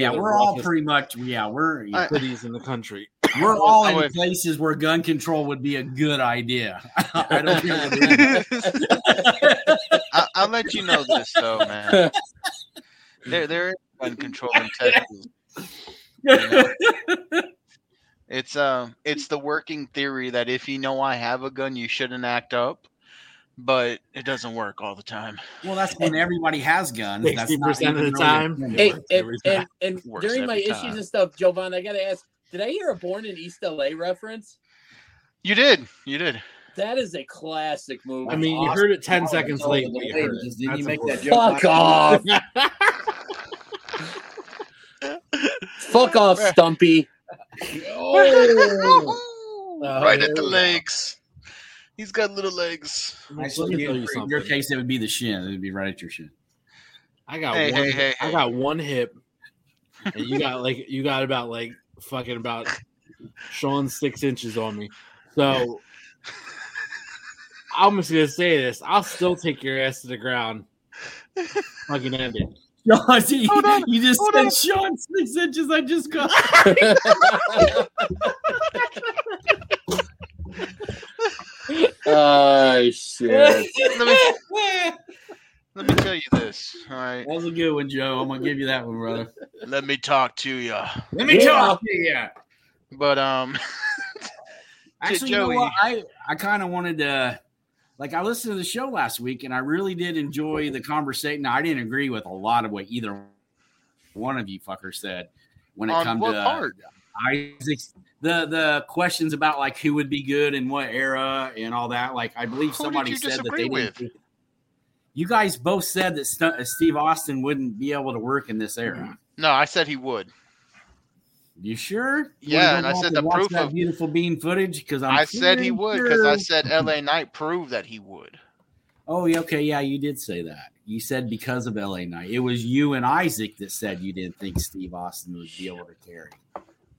S10: yeah,
S9: of the
S10: we're all
S9: roughest
S10: pretty much. Yeah, we're
S8: I-
S9: cities in the country.
S10: we're all
S8: I
S10: in
S8: would-
S10: places where gun control would be a good idea. I don't think we're doing that.
S8: I, I'll let you know this though, man. There, there is gun control in Texas. you know? It's um, it's the working theory that if you know I have a gun, you shouldn't act up, but it doesn't work all the time.
S10: Well, that's when everybody has guns. That's
S9: Sixty
S10: not
S9: percent of the
S10: even really a
S9: time.
S10: thing.
S9: It
S13: Hey,
S9: works
S13: and,
S9: every time.
S13: and, and
S8: Works
S13: during my
S8: every
S13: issues
S8: time.
S13: and stuff, Jovan, I got to ask, did I hear a Born in East LA reference?
S8: You did, you did.
S13: That is a classic movie.
S9: I mean, you
S10: awesome.
S9: heard it ten seconds
S10: Oh,
S9: late.
S10: the
S9: but you
S10: lady
S9: heard it.
S10: just didn't
S9: That's
S10: make that
S9: important.
S10: joke.
S13: fuck off. fuck off, Stumpy.
S9: Uh,
S8: right at the legs. He's got little legs.
S9: Let
S10: Actually,
S9: me tell you
S10: in
S9: something.
S10: your case, it would be the shin. It would be right at your shin.
S9: I got
S8: Hey,
S9: one,
S8: hey, hey,
S9: I
S8: hey.
S9: got one hip, and you got like you got about like fucking about Sean six inches on me. So I'm just gonna say this: I'll still take your ass to the ground. Fucking end it.
S10: you,
S8: Hold on,
S10: you just
S8: hold
S10: said
S8: on.
S10: Sean six inches. I just got.
S13: oh, shit.
S8: Let me, let me tell you this. All right,
S10: That was a good one, Joe. I'm gonna give you that one, brother.
S8: let me talk to you.
S10: Let
S13: me talk
S10: to you.
S8: But um,
S10: Actually, you know
S8: Joey.
S10: what? I I kind of wanted to, like, I listened to the show last week, and I really did enjoy the conversation. Now, I didn't agree with a lot of what either one of you fuckers said when it
S8: on
S10: comes
S8: what
S10: to
S8: part?
S10: Isaac's the the questions about like who would be good in what era and all that. Like I believe
S8: Who did
S10: somebody
S8: you
S10: said that
S8: disagree
S10: they
S8: with?
S10: didn't. You guys both said that St- uh, Steve Austin wouldn't be able to work in this era.
S8: No, I said he would.
S10: You sure? You wanna
S8: Yeah,
S10: go
S8: and I
S10: back
S8: said the
S10: watch
S8: proof
S10: that
S8: of-
S10: beautiful bean footage because
S8: i said he would because I said L.A. Knight proved that he would.
S10: Oh, yeah, okay, yeah, you did say that. You said because of LA Night. It was you and Isaac that said you didn't think Steve Austin would be able to carry.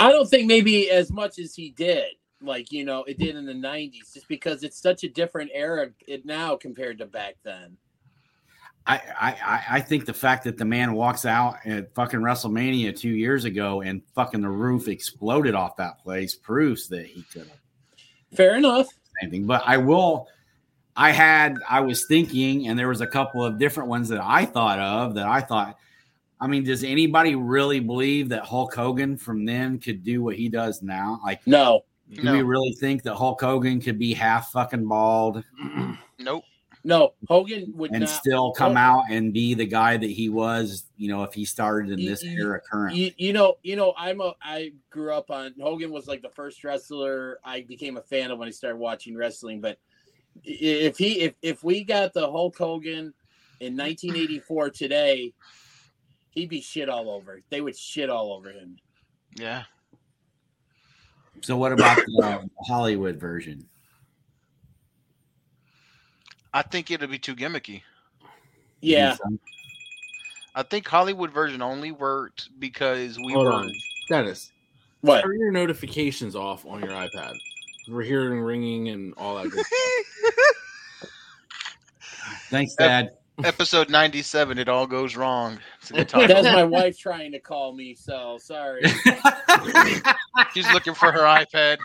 S13: I don't think maybe as much as he did, like you know, it did in the '90s, just because it's such a different era it now compared to back then.
S10: I, I, I- I think the fact that the man walks out at fucking WrestleMania two years ago and fucking the roof exploded off that place proves that he could have done
S13: Fair enough.
S10: anything. But I will. I had I was thinking, and there was a couple of different ones that I thought of that I thought. I mean, does anybody really believe that Hulk Hogan from then could do what he does now? Like,
S13: No,
S10: do
S8: No.
S10: we really think that Hulk Hogan could be half fucking bald?
S8: Nope.
S13: No, Hogan would
S10: and
S13: not
S10: still come out and be the guy that he was, you know, if he started in this era current.
S13: You, you know, you know, I'm a I grew up on Hogan was like the first wrestler I became a fan of when I started watching wrestling. But i- if he if if we got the Hulk Hogan in 1984 today, he'd be shit all over. They would shit all over him.
S8: Yeah.
S10: So what about the uh, Hollywood version?
S8: I think it'll be too gimmicky.
S13: Yeah.
S8: I think Hollywood version only worked because we
S9: Hold
S8: were
S9: on, Dennis.
S13: What?
S9: Turn your notifications off on your iPad. We're hearing ringing and all that. Good
S10: Thanks, Dad.
S8: episode ninety-seven. It all goes wrong. It's a good
S13: That's
S8: title.
S13: my wife trying to call me, so sorry.
S8: She's looking for her iPad.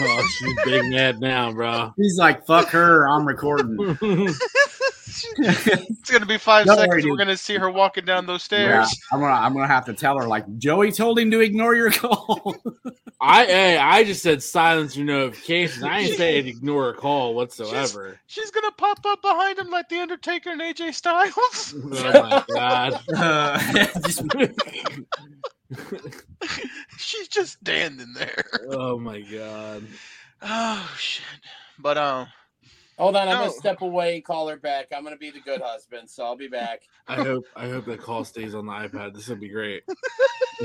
S9: oh, she's big mad now, bro.
S10: He's like, fuck her, I'm recording.
S8: It's gonna be 5
S10: Don't worry,
S8: seconds. We're
S10: dude.
S8: gonna see her walking down those
S10: Yeah,
S8: stairs.
S10: I'm gonna I'm gonna have to tell her like Joey told him to ignore your call.
S9: I hey, I just said silence your notifications. I ain't saying ignore a call whatsoever.
S8: She's gonna pop up behind him like the Undertaker and AJ Styles.
S9: Oh my god.
S10: Uh, just-
S8: She's just standing there.
S9: Oh my god.
S8: Oh shit! But um,
S13: Hold on, I'm
S8: No.
S13: gonna step away, call her back. I'm gonna be the good husband, so I'll be back.
S9: I hope I hope that call stays on the iPad. This would be great.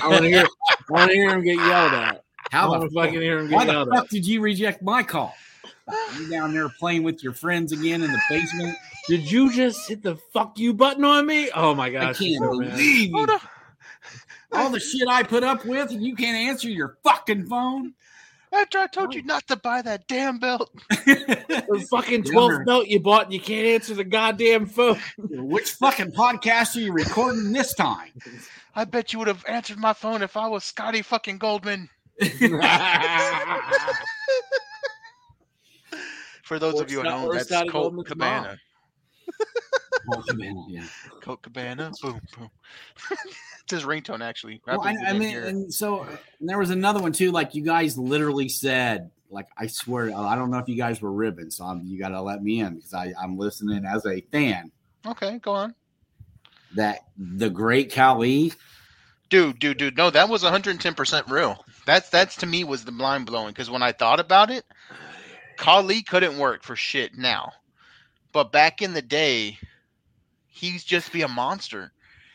S9: I want to hear I want to hear him get yelled at. I
S10: How
S9: want
S10: the
S9: to fucking hear him
S10: Why
S9: get
S10: the
S9: yelled at.
S10: fuck did you reject my call? You down there playing with your friends again in the basement?
S9: Did you just hit the fuck you button on me? Oh my
S10: I
S9: gosh. she's
S10: can't
S9: so mad.
S10: believe you.
S8: hold on.
S10: all the shit I put up with, and you can't answer your fucking phone.
S8: After I told you not to buy that damn belt,
S9: The fucking
S10: Yeah.
S9: 12th belt you bought and you can't answer the goddamn phone.
S10: Which fucking podcast are you recording this time?
S8: I bet you would have answered my phone if I was Scotty fucking Goldman. For those
S9: Or
S8: of you
S9: Scott-
S8: at home,
S9: or
S8: that's
S9: Scotty
S8: Colt
S9: Goldman's
S8: Cabana.
S10: yeah.
S8: Colt Cabana. Boom, boom. it's his ringtone, actually.
S10: Well, I,
S8: believe
S10: I
S8: it in
S10: mean,
S8: here.
S10: and so and there was another one too. Like you guys literally said, like I swear, uh, I don't know if you guys were ribbing, so I'm, you got to let me in because I, I'm listening as a fan.
S8: okay, go on.
S10: That the great Cali
S8: Dude, dude, dude. No, that was 110% real. That's that's to me was the mind blowing because when I thought about it, Kali couldn't work for shit now. But back in the day, he'd just be a monster.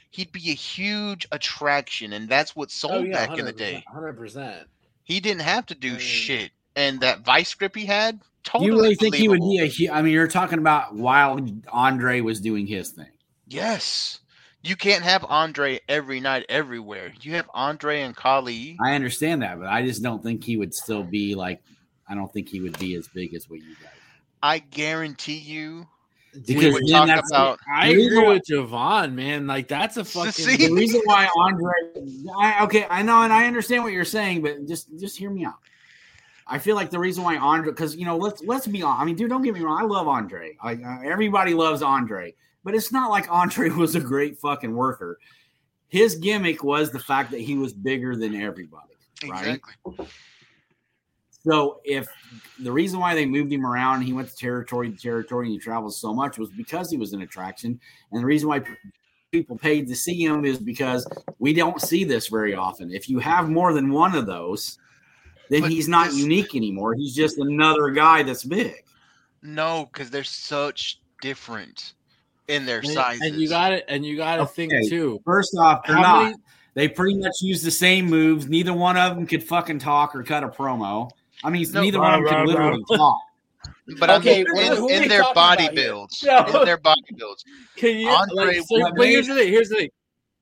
S8: He'd be a huge attraction, and that's what sold
S10: Oh,
S9: Oh,
S8: back in the day.
S9: 100%.
S8: He didn't have to do
S9: I mean-
S8: shit. And that vice grip he had,
S10: Do
S8: totally.
S10: you really think he would
S8: believable.
S10: be a hu- I mean, you're talking about while Andre was doing his thing.
S8: Yes. You can't have Andre every night everywhere. You have Andre and Kali.
S10: I understand that, but I just don't think he would still be like. I don't think he would be as big as what you guys.
S8: I guarantee you we
S10: Because
S8: would
S10: then
S8: talk
S10: that's-
S8: about
S9: I
S10: You
S9: agree
S10: know-
S9: with Javon, man. Like, that's a fucking.
S10: The
S8: See?
S10: reason why Andre, I, okay, I know, and I understand what you're saying, but just just hear me out. I feel like the reason why Andre, because you know, let's let's be honest. I mean, dude, don't get me wrong. I love Andre. Like uh, everybody loves Andre, but it's not like Andre was a great fucking worker. His gimmick was the fact that he was bigger than everybody. Right.
S8: exactly.
S10: So if the reason why they moved him around, he went to territory to territory, and he traveled so much was because he was an attraction, and the reason why people paid to see him is because we don't see this very often. If you have more than one of those, then
S8: But
S10: he's not
S8: this-
S10: unique anymore. He's just another guy that's big.
S8: No, because they're such different in their
S9: And,
S8: sizes.
S9: and you got it. And you got to
S10: Okay.
S9: think, too.
S10: First off, they're
S9: How
S10: not.
S9: many-
S10: They pretty much use the same moves. Neither one of them could fucking talk or cut a promo. I mean,
S8: No,
S10: neither one of them
S9: rah,
S10: could
S9: rah, rah.
S10: literally talk.
S8: but I'm
S13: Okay,
S8: in,
S13: who- who are
S8: in
S13: we
S8: their
S13: talking
S8: body
S13: about here?
S8: builds.
S9: No.
S8: In their body builds.
S9: Can you?
S8: Andre
S9: like, so-
S8: Webber.
S9: but here's the thing. Here's the thing.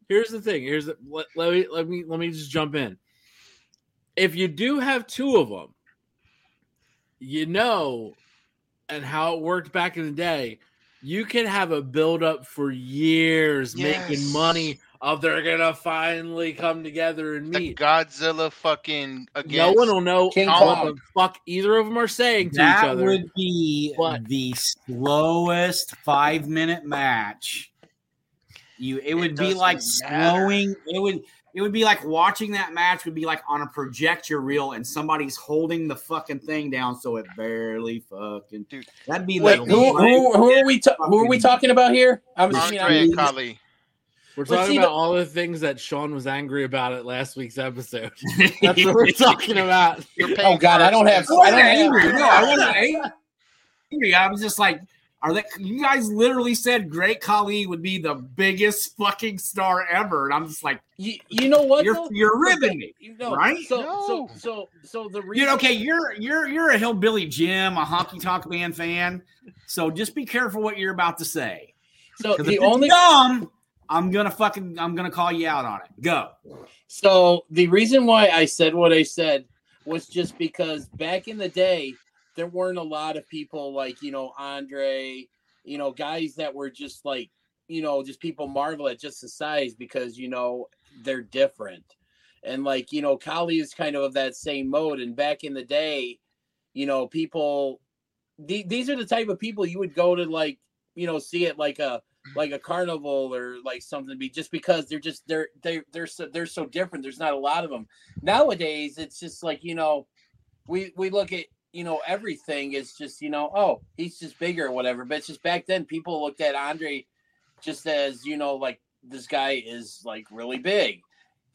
S9: Here's the thing. Here's the, let, let me let me let me just jump in. If you do have two of them, you know, and how it worked back in the day, you can have a build up for years, making
S8: Yes.
S9: money of they're gonna finally come together and
S8: The
S9: meet.
S8: Godzilla fucking
S9: No
S8: against
S9: one will know
S13: King
S9: what
S13: Kong.
S9: the fuck either of them are saying to
S10: that
S9: each other.
S10: would be
S9: What?
S10: the slowest five minute match
S2: You it would be like slowing. It would it would be like watching that match would be like on a projector reel and somebody's holding the fucking thing down so it barely fucking. Dude, that'd be
S13: Wait,
S2: like
S13: who, who, who are we ta- who are we talking about here? I'm assuming
S8: Andre
S13: I'm-
S8: and Kali.
S9: We're
S13: Let's
S9: talking
S13: see
S9: about
S13: the-
S9: all the things that Sean was angry about at last week's episode. That's what we're talking about.
S13: Oh God, I don't have.
S2: I wasn't
S13: I don't
S2: angry.
S13: have.
S2: No, I wasn't angry. I was just like, are they? You guys literally said Great Khali would be the biggest fucking star ever, and I'm just like,
S13: You, you know what?
S2: you're
S13: though?
S2: you're ribbing me.
S13: You know,
S2: right?
S13: So,
S8: No.
S13: so, so, so the reason.
S2: You know, okay, you're you're you're a hillbilly Jim, a honky tonk man fan, so just be careful what you're about to say.
S13: So
S2: 'Cause
S13: Uh, the
S2: if it's
S13: only
S2: dumb, I'm gonna fucking I'm gonna call you out on it. Go.
S13: So the reason why I said what I said was just because back in the day there weren't a lot of people like you know Andre, you know guys that were just like you know just people marvel at just the size because you know they're different, and like you know Kali is kind of of that same mode. And back in the day, you know people the, these are the type of people you would go to like you know see it like a like a carnival or like something be just because they're just they're they they're so they're so different there's not a lot of them nowadays it's just like you know we we look at you know everything is just you know oh he's just bigger or whatever but it's just back then people looked at andre just as you know like this guy is like really big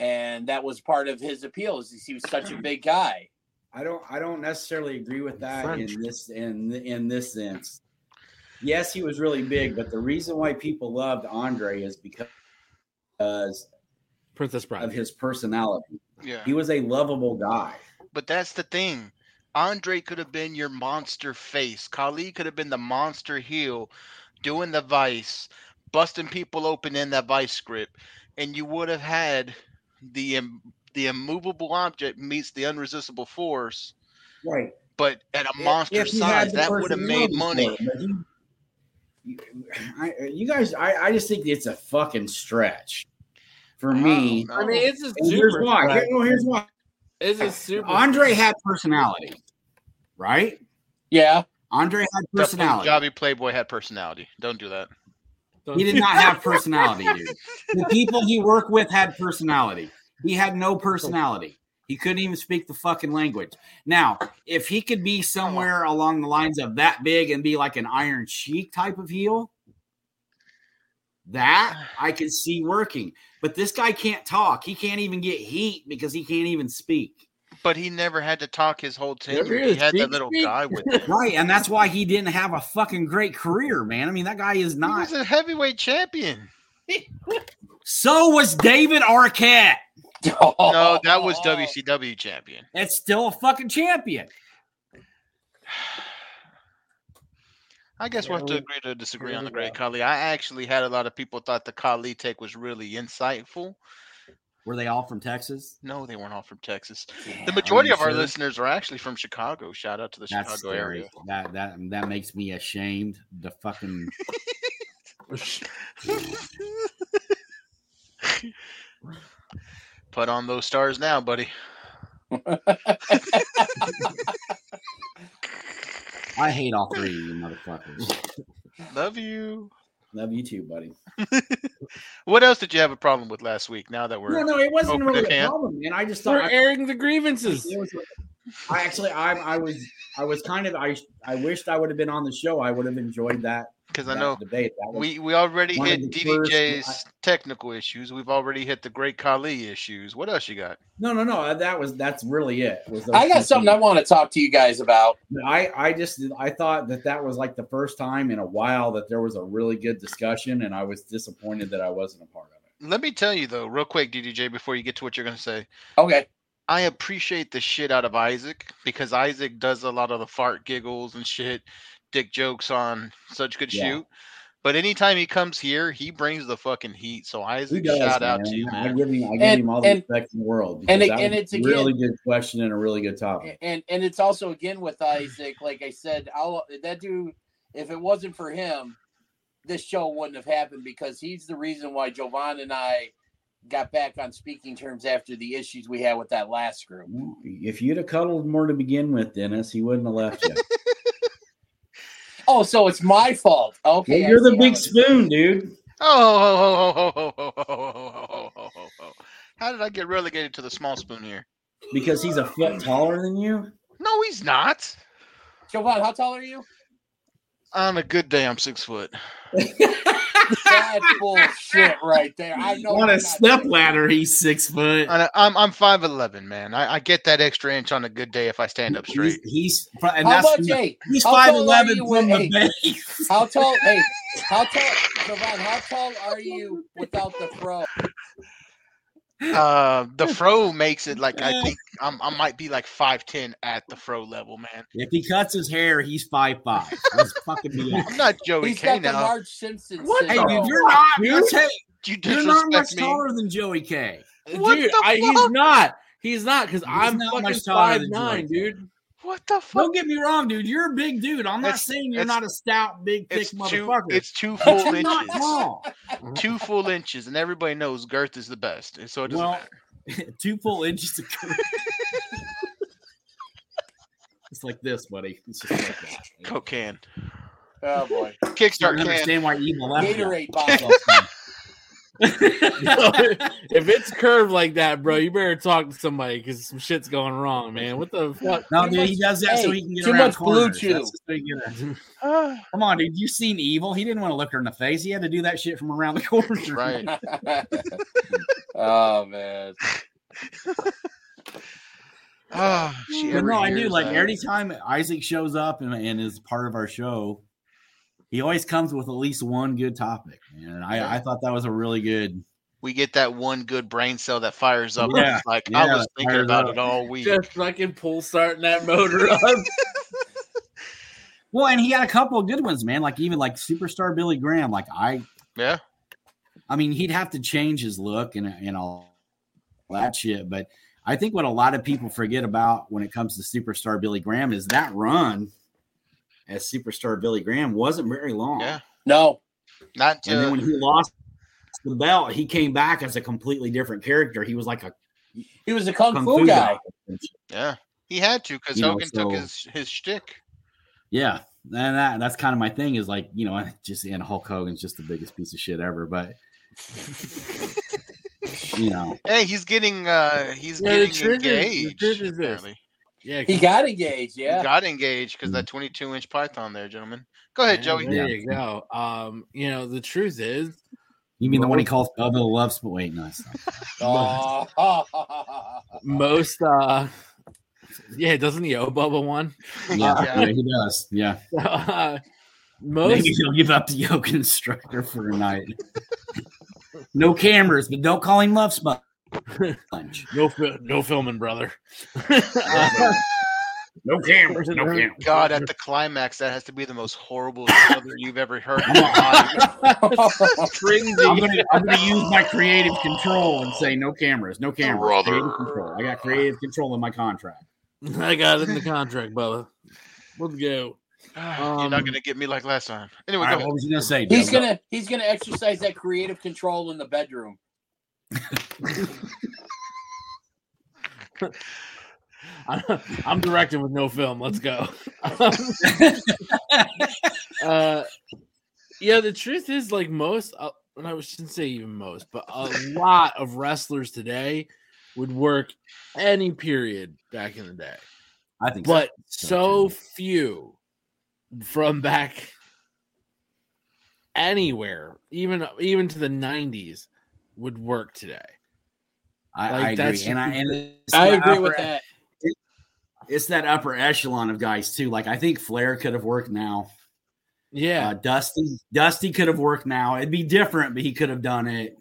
S13: and that was part of his appeal is he was such a big guy
S10: I don't I don't necessarily agree with that in this in in this sense. Yes, he was really big, but the reason why people loved Andre is because of
S9: Princess Bride.
S10: his personality.
S8: Yeah.
S10: He was a lovable guy.
S8: But that's the thing. Andre could have been your monster face. Kali could have been the monster heel, doing the vice, busting people open in that vice script, and you would have had the im- the immovable object meets the unresistible force.
S10: Right.
S8: But at a monster
S10: If he had
S8: size,
S10: the
S8: that would have made
S10: personality
S8: money.
S10: for it, but he- I- you guys, I, I just think it's a fucking stretch for me.
S8: don't
S9: I
S8: know.
S9: mean, it's a
S10: And here's
S9: super.
S10: why. Here-
S9: spread.
S10: no, here's why.
S9: It's a super.
S10: Andre had personality, right?
S13: yeah
S10: Andre had
S8: The
S10: personality.
S8: Punjabi Playboy had personality. Don't do that.
S9: spread.
S10: He did not have personality, dude. The people he worked with had personality. He had no personality. He couldn't even speak the fucking language. Now, if he could be somewhere along the lines of that big and be like an Iron Sheik type of heel, that I could see working. But this guy can't talk. He can't even get heat because he can't even speak.
S8: But he never had to talk his whole tenure.
S9: is.
S8: He had
S9: Speak,
S8: that little
S9: speak.
S8: guy with him.
S10: Right. And that's why he didn't have a fucking great career, man. I mean, that guy is
S8: He
S10: not.
S8: was a heavyweight champion.
S10: So was David Arquette. Oh.
S8: No, that was WCW champion.
S10: That's still a fucking champion.
S8: I guess we'll have to agree to disagree on the great Kali. I actually had a lot of people thought the Kali take was really insightful.
S10: Were they all from Texas?
S8: No, they weren't all from Texas. the majority
S10: you
S8: of our
S10: sure?
S8: listeners are actually from Chicago. Shout out to the
S10: That's
S8: Chicago
S10: scary.
S8: area.
S10: That that that makes me ashamed. The fucking
S8: Put on those stars now, buddy.
S10: I hate all three of you motherfuckers.
S8: Love you.
S10: Love you too, buddy.
S8: What else did you have a problem with last week? Now that we're
S10: No, no, it wasn't
S8: Open
S10: really
S8: the
S10: a
S8: can.
S10: problem, man. I just thought
S9: We're
S10: I,
S9: airing the grievances.
S10: it was- I actually I I was I was kind of I I wished I would have been on the show. I would have enjoyed that,
S8: because I
S10: that
S8: know
S10: debate. That was-
S8: we we already
S10: one of
S8: hit
S10: the first-
S8: DDJ's technical issues. We've already hit the great Kali issues. What else you got?
S10: no, no, no. That was that's really it. Was those
S13: i
S10: two
S13: got something i
S10: things.
S13: want to talk to you guys about
S10: I I just I thought that that was like the first time in a while that there was a really good discussion, and I was disappointed that I wasn't a part of it.
S8: Let me tell you though, real quick, DDJ, before you get to what you're gonna say.
S13: okay
S8: I appreciate the shit out of Isaac because Isaac does a lot of the fart giggles and shit, dick jokes on such good
S10: Yeah.
S8: shoot. But anytime he comes here, he brings the fucking heat. So
S10: Who
S8: Isaac,
S10: does,
S8: shout
S10: man?
S8: out to you,
S10: I
S8: man.
S10: give him, I give
S13: And-
S10: him all the
S13: and-
S10: respect in the world.
S13: and
S10: because
S13: it-
S10: that
S13: and
S10: was
S13: it's
S10: a
S13: again-
S10: really good question and a really good topic.
S13: and and it's also again with Isaac, like I said, I'll that dude. If it wasn't for him, this show wouldn't have happened because he's the reason why Jovan and I got back on speaking terms after the issues we had with that last group.
S10: If you'd have cuddled more to begin with, Dennis, he wouldn't have left you.
S13: Oh, so it's my fault. Okay,
S10: Well, you're the
S13: I see how
S10: big
S13: it is.
S10: spoon, dude.
S8: Oh, oh, oh, oh, oh, oh, oh, oh, oh, oh. How did I get relegated to the small spoon here?
S10: because he's a foot taller than you.
S8: No, he's not.
S13: Jovan, how tall are you?
S8: On a good day, I'm six foot.
S13: That's bullshit right there. I know.
S10: On
S13: you're
S10: a
S13: not-
S10: step ladder, he's six foot.
S8: On a, I'm I'm five eleven, man. I, I get that extra inch on a good day if I stand up
S10: He's,
S8: straight.
S10: he's and
S13: How
S10: that's
S13: much, hey,
S10: he's
S13: how tall are
S10: five eleven
S13: you
S10: from
S13: with-
S10: the
S13: hey,
S10: base.
S13: How tall? Hey, how tall, Jovan? How tall are you without the fro?
S8: Uh, the fro makes it like I think I'm, I might be like five ten at the fro level, man.
S10: If he cuts his hair, he's five five. Let's fucking be honest.
S8: I'm not Joey
S13: He's
S8: K
S13: got the
S8: now.
S13: Marge Simpson.
S8: What
S10: Hey,
S8: No.
S10: dude, you're not. You're, ta-
S8: You
S10: you're not much
S8: disrespect me.
S10: taller than Joey K.
S8: What
S9: dude,
S8: the
S9: I, he's
S8: fuck?
S9: not. He's not because I'm
S10: not
S9: fucking
S10: much taller
S9: five
S10: than
S9: nine,
S10: George.
S9: dude.
S8: What the fuck?
S10: Don't get me wrong, dude. You're a big dude. I'm not
S8: It's-
S10: saying you're
S8: it's-
S10: not a stout, big, thick
S8: It's two.
S10: motherfucker.
S8: It's two
S10: But
S8: full
S10: you're not
S8: inches.
S10: small.
S8: Two full inches, and everybody knows girth is the best, and so it doesn't
S10: Well,
S8: matter.
S10: two full inches of curve. it's like this, buddy. It's just like that.
S8: Coke can.
S13: Oh boy,
S10: You
S8: Kickstart can.
S10: understand why evil left. you.
S13: Gatorade bottle.
S9: if it's curved like that, bro, you better talk to somebody because some shit's going wrong, man. What the fuck?
S10: No,
S13: Too
S10: dude, he
S13: much-
S10: does that so
S13: hey,
S10: he can get
S13: too
S10: around
S13: much blue
S10: corners.
S13: chew.
S10: That's just what he gets.
S8: Ah,
S10: Come on, dude. You've seen evil. He didn't want to look her in the face. He had to do that shit from around the corner.
S8: right.
S13: oh man,
S8: Oh, she
S10: But
S8: ever
S10: no, I do.
S8: hears
S10: Like
S8: that.
S10: every time Isaac shows up and, and is part of our show, he always comes with at least one good topic. man. And I, I thought that was a really good.
S8: we get that one good brain cell that fires up.
S10: Yeah,
S8: Yeah, like I
S10: yeah,
S8: was thinking
S10: fires
S8: about
S10: up.
S8: it all week.
S9: Just fucking pull starting that motor up.
S10: Well, and he had a couple of good ones, man. Like even like superstar Billy Graham. Like I,
S8: Yeah,
S10: I mean, he'd have to change his look and and all that shit. But I think what a lot of people forget about when it comes to superstar Billy Graham is that run as superstar Billy Graham wasn't very long.
S8: Yeah.
S13: no,
S8: not
S10: And then
S8: to,
S10: when he lost the belt, he came back as a completely different character. He was like a
S13: he was a kung, fu, guy.
S8: yeah. He had to because
S10: You know,
S8: Hogan took
S10: so-
S8: his his shtick.
S10: Yeah. And that, that's kind of my thing is like, you know, I just and Hulk Hogan's just the biggest piece of shit ever. But, you know,
S8: Hey, he's getting uh he's
S9: Yeah, the
S8: getting
S9: truth is- the
S8: engaged.
S9: truth is this.
S8: apparently.
S9: Yeah,
S13: He got engaged.
S8: He
S13: Yeah,
S8: got engaged because
S10: Mhm.
S8: that 22 inch python there, gentlemen. Go ahead, Joey.
S9: There you go. Um, you know the truth is,
S10: you mean the one he calls Bubba Loves, but wait, no, it's not.
S13: oh,
S9: most uh, yeah, doesn't he owe Bubba one?
S10: Yeah,
S8: Yeah.
S10: yeah, he does. Yeah.
S9: Uh,
S10: Maybe
S9: most
S10: he'll give up the yoga instructor for a night. no cameras, but don't call him Love Sponge.
S9: no fi- no filming, brother. Uh,
S10: No cameras, no cameras.
S8: God, at the climax, that has to be the most horrible mother you've ever heard. in your life.
S10: I'm gonna, I'm gonna use my creative control and say no cameras, no cameras. Creative control. I got creative control in my contract.
S9: I got it in the contract, brother. Let's go.
S8: You're not
S9: Um,
S8: gonna get me like last time.
S10: All
S8: Anyway, go
S10: right,
S8: ahead.
S10: what was you gonna say?
S13: he's
S10: Joe?
S13: gonna he's gonna exercise that creative control in the bedroom.
S9: I'm, I'm directing with no film. Let's go. uh, yeah, the truth is, like most, uh, and I shouldn't say even most, but a lot of wrestlers today would work any period back in the day,
S10: I think. so.
S9: but so few from back anywhere, even even to the '90s, would work today.
S10: I,
S9: like,
S10: I
S9: that's-
S10: agree, and I, and it's
S13: I
S10: that
S13: agree with
S10: upper-
S13: that.
S10: It's that upper echelon of guys too. Like I think Flair could have worked now.
S9: Yeah,
S10: Uh, Dusty, Dusty could have worked now. It'd be different, but he could have done it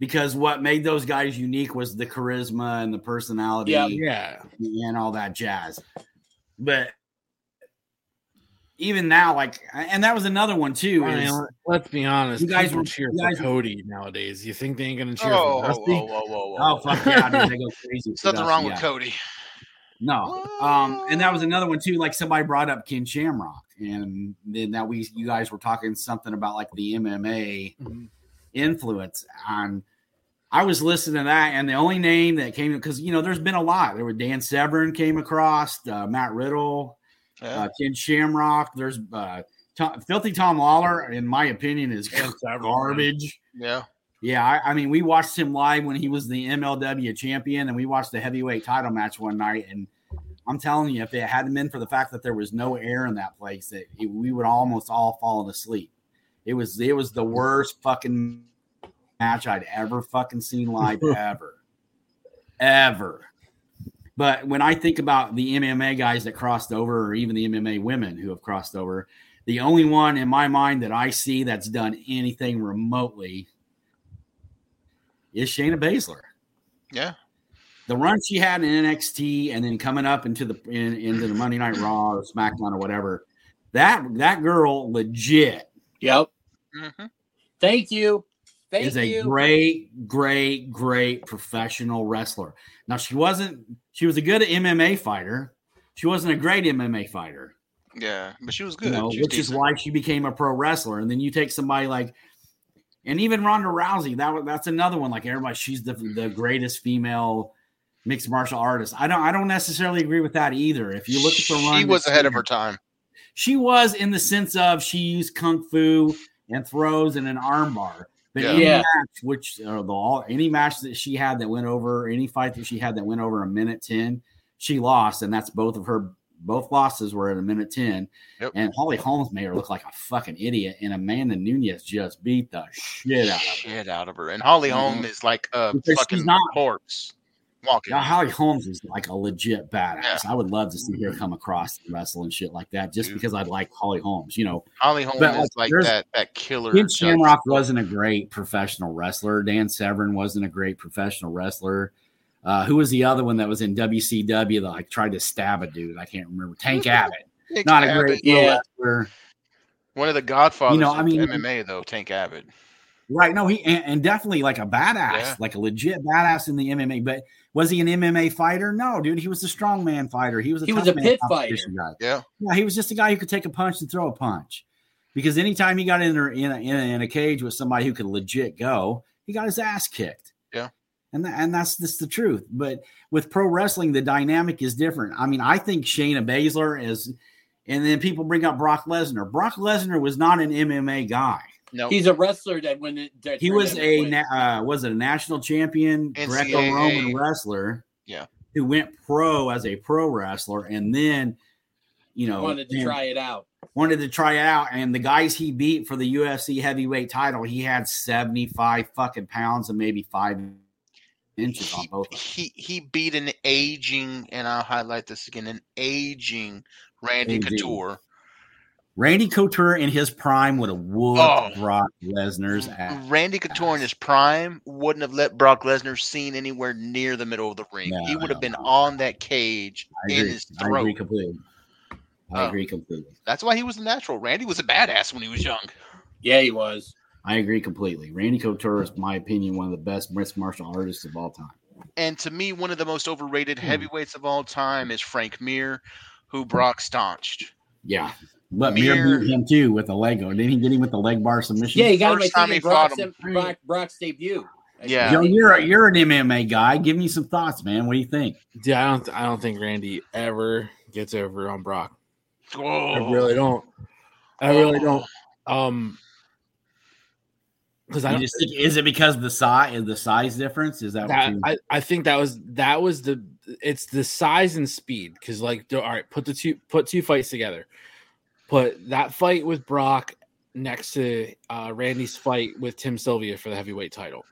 S10: because what made those guys unique was the charisma and the personality
S13: Yeah.
S9: yeah.
S10: and all that jazz. But even now, like, and that was another one too.
S9: I
S10: Is,
S9: mean, let's be honest.
S10: You guys
S9: people
S10: were-
S9: cheer
S10: you guys
S9: for
S10: were-
S9: Cody nowadays. You think they ain't gonna cheer for
S8: Oh, whoa,
S9: Dusty?
S8: whoa, whoa, whoa, whoa.
S10: oh fuck yeah, dude, they go crazy.
S8: There's
S10: for
S8: nothing
S10: Dusty,
S8: wrong with
S10: yeah.
S8: Cody.
S10: No, um, and that was another one too. Like somebody brought up Ken Shamrock, and then that we you guys were talking something about like the MMA.
S8: Mm-hmm.
S9: Mhm.
S10: influence on I was listening to that, and the only name that came because you know there's been a lot. There were Dan Severn came across, uh, Matt Riddle,
S8: Yeah.
S10: uh, Ken Shamrock. There's uh, Tom, Filthy Tom Lawler, in my opinion, is garbage.
S8: Yeah.
S10: Yeah, I, I mean, we watched him live when he was the MLW champion, and we watched the heavyweight title match one night. And I'm telling you, if it hadn't been for the fact that there was no air in that place, that it, we would almost all fall asleep. It was it was the worst fucking match I'd ever fucking seen live ever, ever. But when I think about the MMA guys that crossed over, or even the MMA women who have crossed over, the only one in my mind that I see that's done anything remotely is Shayna Baszler.
S8: Yeah.
S10: The run she had in NXT and then coming up into the in, into the Monday Night Raw or SmackDown or whatever, that that girl legit.
S13: Yep. Mm-hmm. Thank you. Thank
S10: is
S13: you.
S10: a great, great, great professional wrestler. Now she wasn't. She was a good MMA fighter. She wasn't a great MMA fighter.
S8: Yeah, but she was good,
S10: you know,
S8: She was
S10: which is
S8: decent.
S10: why she became a pro wrestler. And then you take somebody like, and even Ronda Rousey. That wa- that's another one. Like everybody, she's the the
S8: Mm-hmm.
S10: greatest female mixed martial artist. I don't I don't necessarily agree with that either. If you look at the run,
S8: She was
S10: that
S8: ahead of her time.
S10: she was in the sense of she used kung fu and throws and an armbar. But
S8: Yeah.
S10: any
S13: Yeah.
S10: match, which or the all any match that she had that went over, any fight that she had that went over a minute ten, she lost, and that's both of her both losses were at a minute ten.
S8: Yep.
S10: And Holly Holmes made her look like a fucking idiot, and Amanda Nunez just beat the shit out of her. Mm-hmm.
S8: Shit out of her. And Holly Holm is like a
S10: Because she's
S8: fucking
S10: not-
S8: corpse walking.
S10: Now, Holly Holmes is like a legit badass. I would love to see her come across and wrestle and shit like that, just
S8: Dude.
S10: because I like Holly Holmes. You know,
S8: Holly Holm
S10: But,
S8: is
S10: like,
S8: like
S10: there's-
S8: that that killer.
S10: Ken
S8: judge.
S10: Shamrock wasn't a great professional wrestler. Dan Severn wasn't a great professional wrestler. Uh, who was the other one that was in WCW that like tried to stab a dude? I can't remember. Tank Abbott,
S8: Tank
S10: not a
S8: Abbott.
S10: great
S13: Yeah.
S10: pro wrestler.
S8: One of the godfathers
S10: You know,
S8: of
S10: I mean-
S8: MMA though, Tank Abbott.
S10: Right? No, he and, and definitely like a badass,
S8: Yeah.
S10: like a legit badass in the MMA. But was he an MMA fighter? No, dude. He was a strongman fighter. He was a
S13: He was
S10: tough
S13: a
S10: man
S13: pit
S10: competition guy.
S8: Yeah.
S10: Yeah, he was just a guy who could take a punch and throw a punch. Because anytime he got in there in a, in a, in a cage with somebody who could legit go, he got his ass kicked.
S8: Yeah.
S10: And, tha- and that's just the truth. But with pro wrestling, the dynamic is different. I mean, I think Shayna Baszler is, and then people bring up Brock Lesnar. Brock Lesnar was not an MMA guy.
S8: No.
S13: He's a wrestler that when it, that
S10: He
S13: turned
S10: was
S13: out
S10: a
S13: was-
S10: na- uh, was it a national champion
S8: NCAA.
S10: Greco-Roman wrestler.
S8: Yeah.
S10: Who went pro as a pro wrestler and then, you know,
S13: wanted to
S10: and-
S13: try it out.
S10: wanted to try out. And the guys he beat for the UFC heavyweight title, he had 75 fucking pounds and maybe five inches on
S8: he,
S10: both. of them.
S8: he he beat an aging, and I'll highlight this again, an aging Randy
S10: Indeed.
S8: Couture.
S10: Randy Couture in his prime would have whooped
S8: Oh.
S10: Brock Lesnar's ass.
S8: Randy Couture in his prime wouldn't have let Brock Lesnar seen anywhere near the middle of the ring.
S10: No,
S8: he would
S10: no,
S8: have been on that cage
S10: I
S8: in
S10: agree.
S8: his
S10: I agree
S8: throat.
S10: completely. I
S8: Oh.
S10: agree completely.
S8: That's why he was a natural. Randy was a badass when he was young.
S13: Yeah, he was.
S10: I agree completely. Randy Couture is, in my opinion, one of the best mixed martial artists of all time.
S8: And to me, one of the most overrated
S10: Hmm.
S8: heavyweights of all time is Frank Mir, who Brock staunched.
S10: Yeah. But Mir
S8: Mir-
S10: beat him too with a Lego. Didn't he get him with the leg bar submission?
S13: Yeah, he got him. I
S8: First
S13: think
S8: time he
S13: in Brock's,
S8: fought him.
S13: Brock, Brock's debut. I
S8: Yeah.
S10: Joe,
S13: think.
S10: you're a, you're an MMA guy. Give me some thoughts, man. What do you think?
S9: Yeah, I don't. I don't think Randy ever gets over on Brock. I
S8: Oh,
S9: really don't. I really don't. Um, because I
S10: You
S9: don't,
S10: just think- is it because of the size? Is the size difference? Is that, what
S9: that,
S10: you,
S9: I, I think that was that was the it's the size and speed because like all right put the two put two fights together put that fight with brock next to uh, randy's fight with tim sylvia for the heavyweight title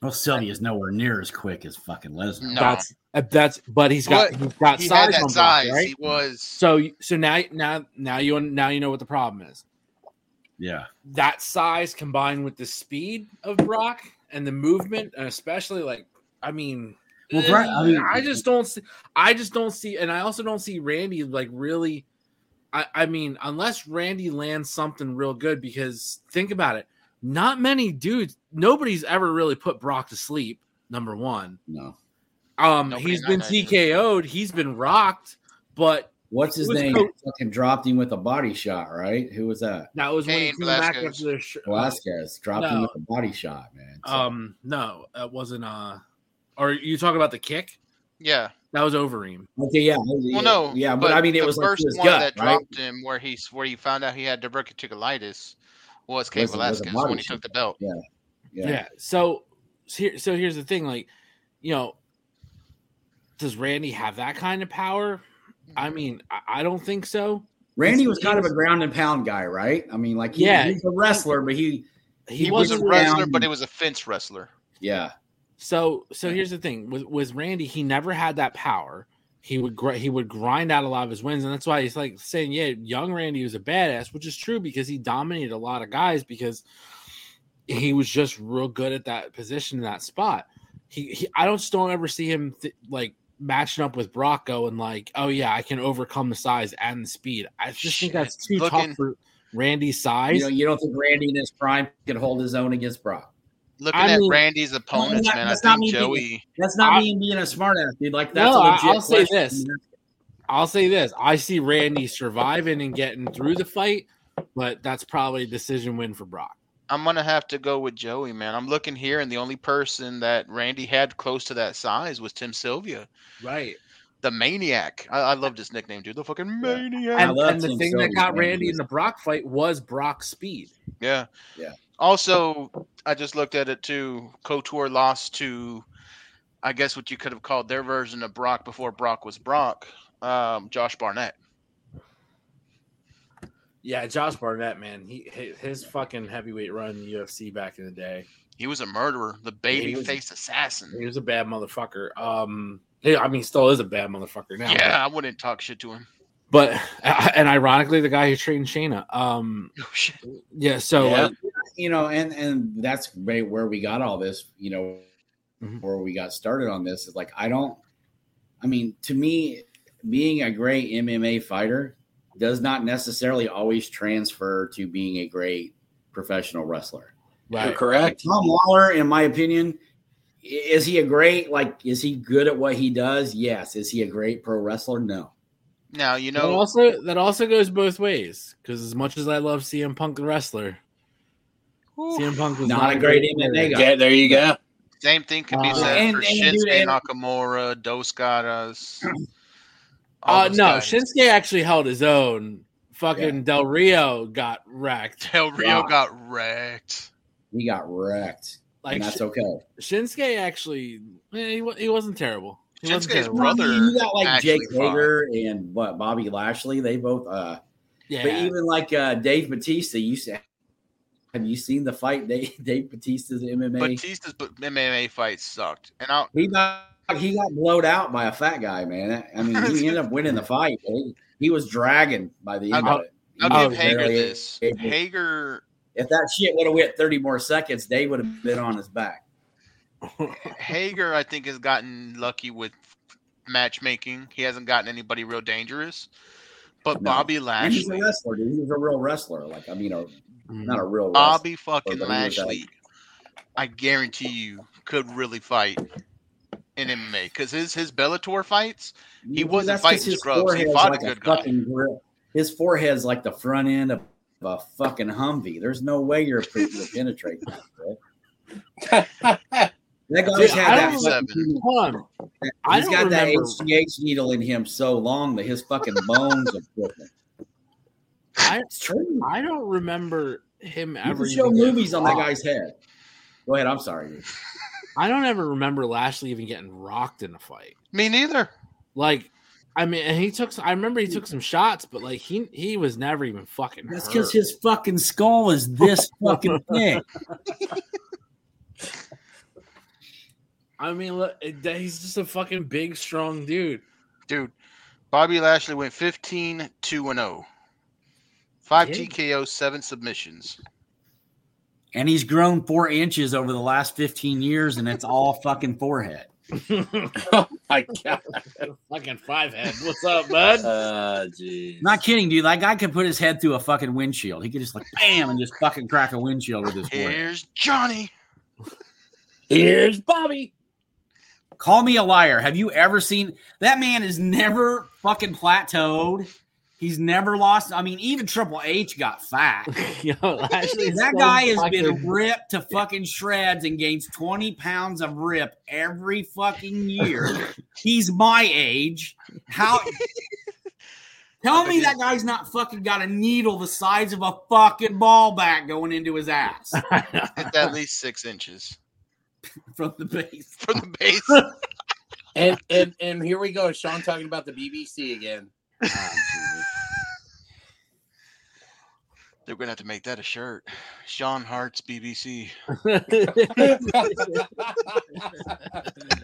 S10: well, Sylvia's nowhere near as quick as fucking Lesnar.
S8: No.
S9: that's uh, that's but he's got
S8: But
S9: he's got
S8: he had
S9: size,
S8: that
S9: on Brock,
S8: size.
S9: right
S8: He was.
S9: so so now now now you now you know what the problem is
S10: Yeah,
S9: that size combined with the speed of Brock and the movement, and especially like I mean,
S10: Well, Brock- I
S9: I,
S10: mean-
S9: just don't see. I just don't see, and I also don't see Randy like really. I, I mean, unless Randy lands something real good, because think about it, not many dudes, nobody's ever really put Brock to sleep. Number one,
S10: no.
S9: um,
S8: Nobody,
S9: he's
S8: not
S9: been
S8: that-
S9: TKO'd, he's been rocked, but
S10: What's his
S9: Who was
S10: name?
S9: Coach-
S10: Fucking dropped him with a body shot, right? Who was that?
S9: that was when he
S8: Cain
S9: came back
S8: Velasquez.
S9: after the sh-
S10: Velasquez dropped him
S9: No.
S10: with a body shot, man. So-
S9: Um, no, it wasn't. Uh, are you talking about the kick?
S8: Yeah.
S9: That was Overeem.
S10: Okay, yeah.
S8: Well, no,
S10: yeah, but, I mean, it
S8: the
S10: was like
S8: first
S10: to his
S8: one
S10: gut,
S8: that
S10: right?
S8: dropped him, where he where he found out he had diverticulitis, was Cain
S10: Was a- was a
S8: Velasquez
S10: body
S8: when he
S10: shot.
S8: took the belt.
S10: Yeah.
S9: Yeah. So, so here, so here's the thing. Like, you know, does Randy have that kind of power? I mean, I, I don't think so.
S10: Randy was kind of a ground and pound guy, right? I mean, like he,
S9: Yeah.
S10: he's a wrestler, but he
S8: He,
S9: He,
S8: was a
S9: wasn't
S8: wrestler,
S10: around-
S8: but he was a fence wrestler.
S10: yeah.
S9: So so here's the thing with with Randy, he never had that power. He would gr- he would grind out a lot of his wins, and that's why he's like saying, "Yeah, young Randy was a badass," which is true because he dominated a lot of guys because he was just real good at that position in that spot. He, he I don't just don't ever see him th- like matching up with Brocco and like, oh yeah, I can overcome the size and the speed. I just think that's too
S8: Shit, looking-
S9: tough for Randy's size.
S10: You know, you don't think Randy in his prime could hold his own against Brock.
S8: Looking
S9: I
S8: at
S9: mean-
S8: Randy's opponents,
S10: Well,
S8: man, I
S10: that's not me
S8: think
S10: being-
S8: Joey.
S10: That's not
S9: I-
S10: me being a smartass, dude. Like that's
S9: No,
S10: a
S9: I-
S10: legit
S9: I'll say
S10: question.
S9: this. I'll say this: I see Randy surviving and getting through the fight, but that's probably a decision win for Brock.
S8: I'm gonna have to go with Joey, man. I'm looking here, and the only person that Randy had close to that size was Tim Sylvia,
S9: Right.
S8: the maniac. I, I loved his nickname, dude. The fucking maniac.
S10: I
S9: And,
S10: love
S9: and the
S10: Tim
S9: thing
S10: Sylvia's
S9: that got
S10: name,
S9: Randy in the Brock fight was Brock's speed.
S8: Yeah.
S10: Yeah.
S8: Also, I just looked at it too. Couture lost to, I guess, what you could have called their version of Brock before Brock was Brock, um, Josh Barnett.
S9: Yeah, Josh Barnett, man, he hi- his fucking heavyweight run in the UFC back in the day,
S8: He was a murderer, the baby
S9: was-
S8: faced assassin.
S9: he was a bad motherfucker. Um, he- I mean, still is a bad motherfucker now.
S8: Yeah, I wouldn't talk shit to him.
S9: But and ironically, the guy who trained Shayna. Um,
S8: Oh, shit.
S9: yeah. So
S10: Yeah.
S9: like,
S10: you know, and and that's right where we got all this, you know,
S9: Mhm.
S10: where we got started on this is like I don't I mean, to me, being a great MMA fighter does not necessarily always transfer to being a great professional wrestler.
S13: You're
S9: right.
S13: correct.
S10: Tom Lawler, in my opinion, i- is he a great like is he good at what he does? Yes. Is he a great pro wrestler? No.
S8: Now, you
S9: That
S8: know,
S9: also that also goes both ways because as much as I love CM Punk the wrestler, CM Punk was
S10: Not
S9: not,
S10: a great MMA guy.
S13: Yeah, there you go.
S8: same thing could be
S9: Uh,
S8: said
S10: and-
S8: for
S10: and
S8: Shinsuke
S10: dude, and-
S8: Nakamura, Dos Gatas. all
S9: Uh,
S8: those
S9: no,
S8: guys.
S9: Shinsuke actually held his own. Fucking Del Rio got wrecked.
S8: Del Rio
S10: Wow.
S8: got wrecked.
S10: He got wrecked.
S9: Like
S10: and that's okay.
S9: Sh- Shinsuke actually, eh, he, wa- he wasn't terrible. He wasn't
S8: Shinsuke's
S9: terrible.
S8: brother
S10: you got like
S8: actually
S10: Jake
S8: fought.
S10: Hager and what Bobby Lashley. They both uh
S9: Yeah,
S10: But even like uh, Dave Batista, you said, have you seen the fight Dave, Dave Batista's MMA?
S8: Batista's b- MMA fight sucked, and I,
S10: he got he got blowed out by a fat guy, man. I mean, he ended up winning the fight. He, he was dragging by the end of it.
S8: I'll
S10: He
S8: give
S10: was
S8: Hager
S10: barely
S8: this.
S10: able-
S8: Hager
S10: If that shit would have went thirty more seconds, Dave would have been on his back.
S8: Hager, I think, has gotten lucky with matchmaking. He hasn't gotten anybody real dangerous. But
S10: No.
S8: Bobby
S10: And he's a
S8: Lashley,
S10: wrestler, dude. He was a real wrestler. Like I mean, a,
S9: Mm-hmm.
S10: not a real wrestler.
S8: Bobby fucking
S10: but he was a-
S8: Lashley, I guarantee you could really fight in MMA because his his Bellator fights, he
S10: Dude, that's
S8: wasn't
S10: 'cause
S8: fighting scrubs. He
S10: forehead's
S8: fought a
S10: like
S8: good guy.
S10: fucking grip. His forehead's like the front end of a fucking Humvee. There's no way you're able to penetrate that. Bro. That guy's
S9: Dude, I
S10: had that
S9: don't-
S10: fucking,
S9: Hold on. I
S10: he's
S9: don't
S10: got that
S9: remember-
S10: HGH needle in him so long that his fucking bones are broken.
S9: I,
S10: It's true.
S9: I don't remember him
S10: You
S9: ever.
S10: can show
S9: even getting
S10: movies on that
S9: rocked.
S10: guy's head. Go ahead. I'm sorry. dude.
S9: I don't ever remember Lashley even getting rocked in a fight.
S8: me neither.
S9: Like, I mean, and he took. Some, I remember he took some shots, but like he he was never even fucking.
S10: That's
S9: hurt.
S10: because his fucking skull is this fucking thick.
S9: I mean, look, it- that- he's just a fucking big, strong dude.
S8: Dude, Bobby Lashley went 15 2 and oh. 0. 5
S9: Yeah.
S8: TKO, 7 submissions.
S10: And he's grown four inches over the last 15 years, and it's all fucking forehead.
S13: My God.
S9: fucking five head. What's up, bud?
S13: Uh, jeez.
S10: Not kidding, dude. That guy could put his head through a fucking windshield. He could just like bam and just fucking crack a windshield with his forehead.
S8: Here's Johnny.
S13: Here's Bobby.
S10: Call me a liar. Have you ever seen that man is never fucking plateaued? He's never lost. I mean, even Triple H got fat.
S12: Yo, Lashley's
S10: that
S12: so
S10: guy has been
S12: fucking-
S10: ripped to fucking shreds and gains 20 pounds of rip every fucking year. He's my age. How tell me that guy's not fucking got a needle the size of a fucking ball bat going into his ass
S8: It's at least six inches
S10: from the base.
S8: from the base.
S13: And and and here we go. Sean talking about the BBC again.
S8: They're gonna have to make that a shirt. Sean Hart's BBC.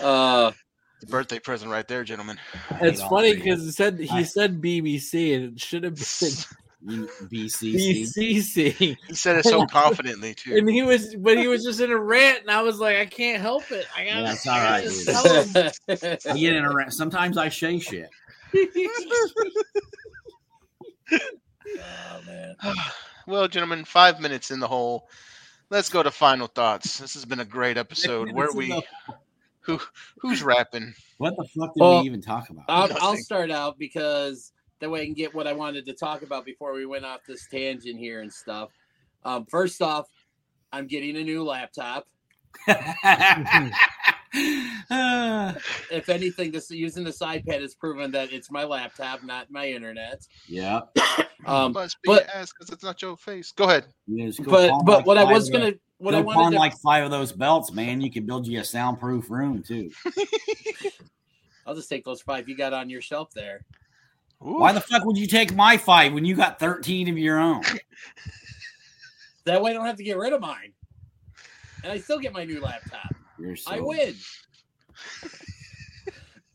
S13: Uh,
S8: Birthday present right there, gentlemen.
S9: It's
S10: all
S9: funny
S10: three.
S9: because it said he
S10: I-
S9: said BBC and it should have been
S10: BCC.
S9: BCC.
S8: He said it so confidently too.
S9: And he was, but he was just in a rant, and I was like, I can't help it. I gotta.
S10: Yeah, it's all right, dude.
S9: I gotta tell
S10: I get in a rant. Sometimes I say shit.
S9: him.
S13: oh man.
S8: well, gentlemen, five minutes in the hole. Let's go to final thoughts. This has been a great episode. Where
S10: This is
S8: we
S10: a-
S8: who who's rapping?
S10: What the fuck did
S13: Well,
S10: we even talk about?
S13: I'll, I'll
S8: Nothing.
S13: start out because that way I can get what I wanted to talk about before we went off this tangent here and stuff. Um, first off, I'm getting a new laptop.
S10: Uh,
S13: If anything, this using this iPad has proven that it's my laptop, not my internet.
S10: yeah.
S13: Um,
S8: Must be
S13: but-
S8: your ass because it's not your face. Go ahead.
S10: You just go
S13: but
S10: pawn
S13: but
S10: like
S13: what I
S10: five
S13: was
S10: of-
S13: gonna what
S10: go
S13: I
S10: pawn
S13: wanted to,
S10: like five of those belts, man. You can build you a soundproof room too.
S13: I'll just take those five you got on your shelf there.
S10: Why the fuck would you take my five when you got thirteen of your own?
S13: That way I don't have to get rid of mine, and I still get my new laptop.
S10: You're so-
S13: I win.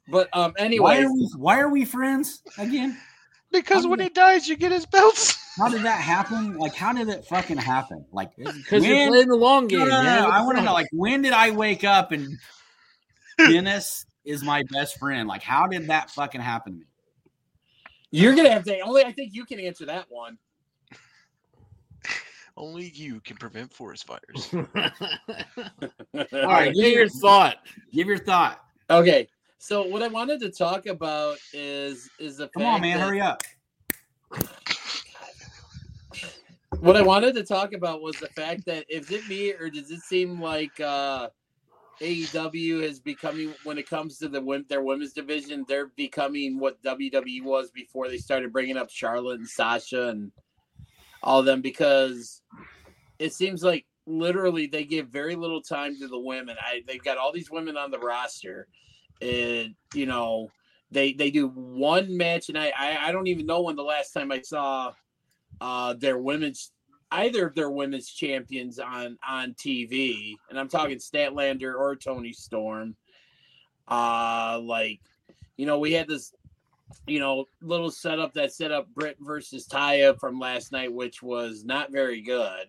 S13: But um,
S10: Why
S13: anyway,
S10: are we? Why are we friends again?
S8: Because
S10: I'm
S8: when
S10: gonna-
S8: he dies, you get his belts.
S10: How did that happen? Like, how did it fucking happen? Like,
S9: Because you're
S10: when-
S9: playing the long game.
S10: No, no, no,
S9: man.
S10: no. I want to know, like, when did I wake up and Dennis is my best friend? Like, how did that fucking happen to me?
S13: you're gonna have to. Only I think you can answer that one.
S8: Only you can prevent forest fires.
S9: All right, get your thought.
S10: Give your thought.
S13: Okay. So what I wanted to talk about is is the
S10: Come
S13: fact
S10: on, man,
S13: that-
S10: hurry up.
S13: What I wanted to talk about was the fact that is it me or does it seem like uh AEW is becoming when it comes to the wom- their women's division, they're becoming what WWE was before they started bringing up Charlotte and Sasha and all of them because it seems like literally they give very little time to the women. I they've got all these women on the roster, and you know they they do one match, and I I, I don't even know when the last time I saw uh their women's either of their women's champions on on TV, and I'm talking Statlander or Tony Storm. Uh like you know we had this you know little setup that set up Britt versus Taya from last night, which was not very good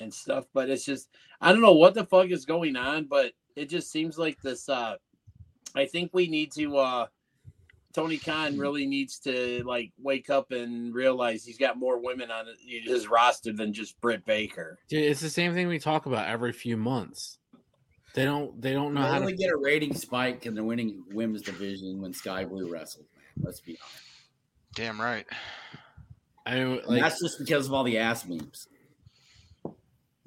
S13: and stuff. But it's just I don't know what the fuck is going on, but it just seems like this. uh I think we need to. uh Tony Khan really needs to like wake up and realize he's got more women on his roster than just Britt Baker.
S9: Dude, it's the same thing we talk about every few months. They don't. They don't know
S12: I
S9: how
S12: only
S9: to.
S12: get a rating spike in the winning women's division when Sky Blue wrestled. Man. Let's be honest.
S8: Damn right.
S9: I mean,
S12: And
S9: like
S12: that's just because of all the ass memes.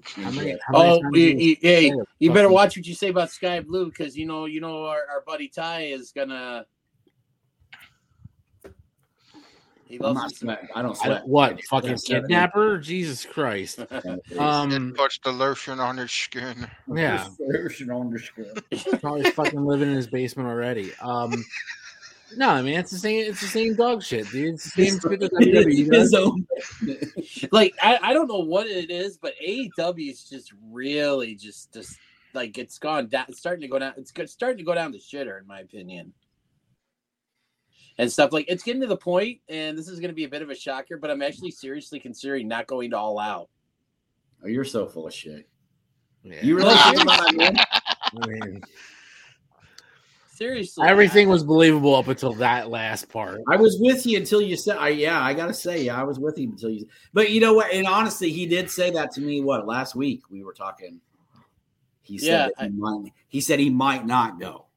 S9: how many, how many
S13: Oh,
S9: times
S13: you,
S9: do
S13: you-
S9: say
S13: hey,
S9: it?
S13: you better
S9: Fucking-
S13: watch what you say about Sky Blue because you know you know our, our buddy Ty is gonna. He
S12: I'm
S13: loves
S12: not
S13: his-
S12: sweating. I don't
S9: I
S12: sweat.
S9: don't- what
S12: Yeah,
S9: fucking
S12: seven.
S9: kidnapper? Jesus Christ!
S8: Didn't
S9: Um,
S8: touch the lotion on his skin.
S9: yeah,
S12: Perversion on the screen.
S9: probably fucking living in his basement already. Um, no, I mean it's the same. It's the same dog shit, dude. It's the same shit that WWE does.
S12: His own-
S13: like I, I don't know what it is, but AEW is just really just just like it's gone down, it's starting to go down. It's go- starting to go down the shitter, in my opinion. And stuff like it's getting to the point, and this is going to be a bit of a shocker, but I'm actually seriously considering not going to all out.
S12: Oh, you're so full of shit.
S9: Yeah.
S13: Oh,
S12: You really think about it, man?
S9: I mean,
S13: Seriously,
S9: everything
S13: I-
S9: was believable up until that last part.
S12: I was with you until you said, I, yeah, I got to say, yeah, I was with him until you, but you know what? And honestly, he did say that to me, what, last week we were talking. He said,
S13: Yeah,
S12: that he,
S13: I-
S12: might, he said he might not go.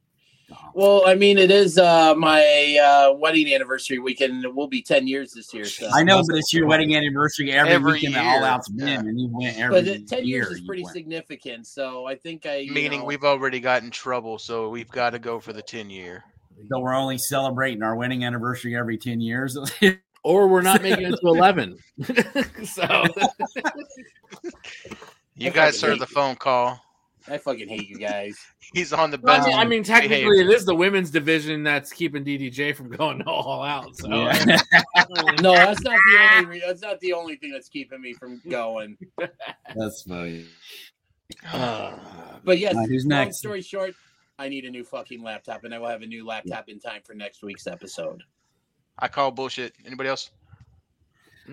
S13: Well, I mean, it is uh, my uh, wedding anniversary weekend. It will be ten years this year. So.
S10: I know, but it's your wedding anniversary every,
S8: Every
S10: weekend.
S8: year.
S10: All out's been, and you went every
S13: But it- ten
S10: year.
S13: years is
S10: you
S13: pretty
S10: went.
S13: significant. So I think I you
S8: Meaning
S13: know,
S8: we've already got in trouble, so we've got to go for the ten year.
S10: So we're only celebrating our wedding anniversary every ten years.
S12: Oh,
S9: or we're not making it to eleven. so
S8: You
S13: I
S8: guys
S13: fucking
S8: heard
S13: hate
S8: the phone call.
S13: I fucking hate you guys.
S8: He's on the
S9: Well, I
S8: bench.
S9: mean, I mean, technically, it
S8: behavior.
S9: is the women's division that's keeping DDJ from going all out. So
S10: Yeah.
S13: No, that's not the only. Re- that's not the only thing that's keeping me from going.
S10: That's funny.
S9: Uh,
S13: But yes,
S10: All right, who's
S13: long
S10: next?
S13: story short, I need a new fucking laptop, and I will have a new laptop in time for next week's episode.
S8: I call bullshit. Anybody else?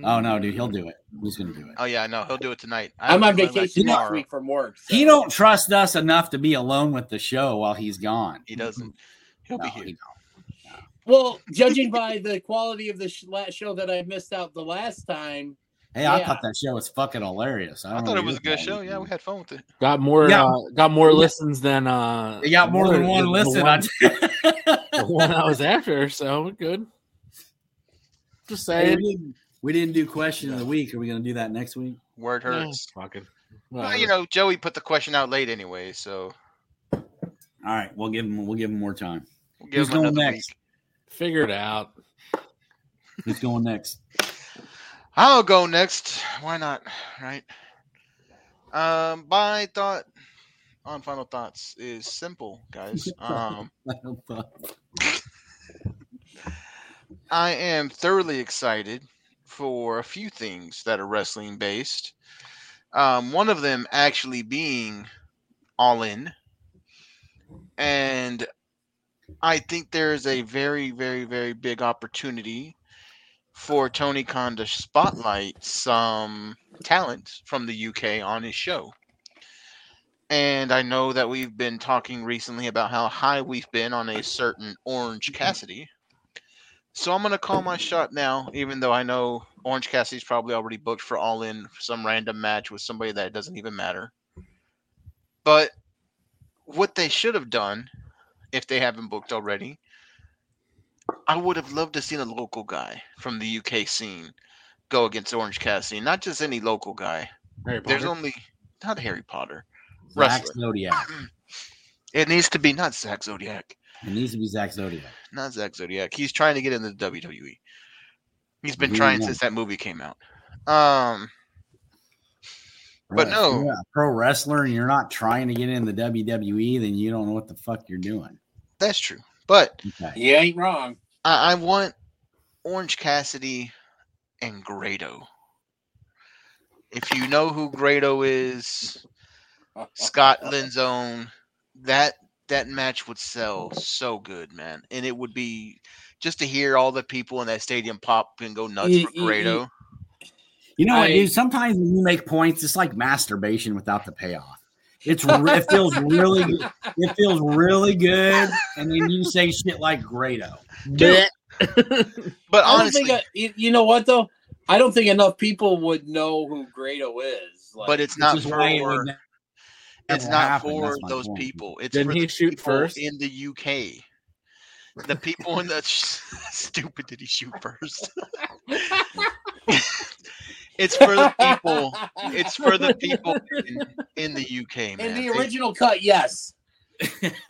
S10: Oh no, dude, he'll do it. He's gonna do it.
S8: Oh yeah, I know he'll do it tonight. I
S13: I'm
S8: have
S13: on
S8: to do it
S13: vacation next
S8: tomorrow.
S13: week from work. so-
S10: He don't trust us enough to be alone with the show while he's gone.
S8: He doesn't. He'll
S10: No,
S8: be here.
S10: he-
S13: Well, judging by the quality of the sh- la- show that I missed out the last time,
S10: Hey, I
S13: Yeah.
S10: thought that show was fucking hilarious. I,
S8: I
S10: don't
S8: thought
S10: know
S8: it was a
S10: what
S8: good
S10: you
S8: show.
S10: thought.
S8: Yeah, we had fun with it.
S9: got more,
S10: Yeah.
S9: uh, got more listens than uh,
S10: They got more than one
S9: the
S10: listen. I-
S9: one- the one I was after. So we're good. Just
S10: Hey, we,
S9: saying.
S10: didn't, we didn't do question of the week. Are we gonna do that next week?
S8: Word hurts.
S9: Oh, fucking.
S8: Well, you know, Joey put the question out late anyway, so
S10: All right, we'll give him we'll give him more time.
S8: we'll
S10: Who's
S8: give him
S10: going
S8: another
S10: next?
S8: week.
S9: figure it out.
S10: Who's going next?
S8: I'll go next. Why not? Right. Um, my thought on final thoughts is simple, guys. Um, I am thoroughly excited for a few things that are wrestling based. Um, one of them actually being All In. And I think there's a very, very, very big opportunity for Tony Khan to spotlight some talent from the UK on his show. And I know that we've been talking recently about how high we've been on a certain Orange Cassidy. So I'm gonna call my shot now, even though I know Orange Cassidy's probably already booked for All In for some random match with somebody that doesn't even matter. But what they should have done, if they haven't booked already, I would have loved to seen a local guy from the UK scene go against Orange Cassidy. Not just any local guy.
S9: Harry
S8: There's
S9: Potter.
S8: only not Harry Potter.
S10: Zach
S8: Wrestler.
S10: Zodiac.
S8: It needs to be not Zach Zodiac.
S10: It needs to be Zach Zodiac.
S8: not Zach Zodiac. He's trying to get into the WWE. He's been
S10: Really
S8: trying
S10: not.
S8: since that movie came out. Um,
S10: Bro,
S8: But no.
S10: if you're a pro wrestler and you're not trying to get in the WWE, then you don't know what the fuck you're doing.
S8: that's true. But
S10: Okay.
S13: you ain't wrong.
S8: I, I want Orange Cassidy and Grado. If you know who Grado is, Scotland's own, that that match would sell so good, man. And it would be just to hear all the people in that stadium pop and go nuts
S13: Ye-
S8: for
S13: ye- ye-
S8: Grado.
S10: You know what,
S9: I-
S10: dude? Sometimes when you make points, it's like masturbation without the payoff. It's re- it feels really good. it feels really good, and then you say shit like Grado.
S8: But
S13: I don't
S8: honestly,
S13: think I- you, you know what though? I don't think enough people would know who Grado is. Like,
S8: but it's
S10: Which
S8: not
S10: is why it
S8: for
S10: would never
S8: it's not
S10: happen.
S8: for
S10: That's my
S8: those
S10: point.
S8: people. It's
S9: Didn't
S8: for
S9: he
S8: the
S9: shoot
S8: people
S9: first?
S8: in the UK. The people in the stupid did he shoot first? it's for the people. It's for the people in, in the UK, man.
S13: in the
S8: They-
S13: original cut, yes.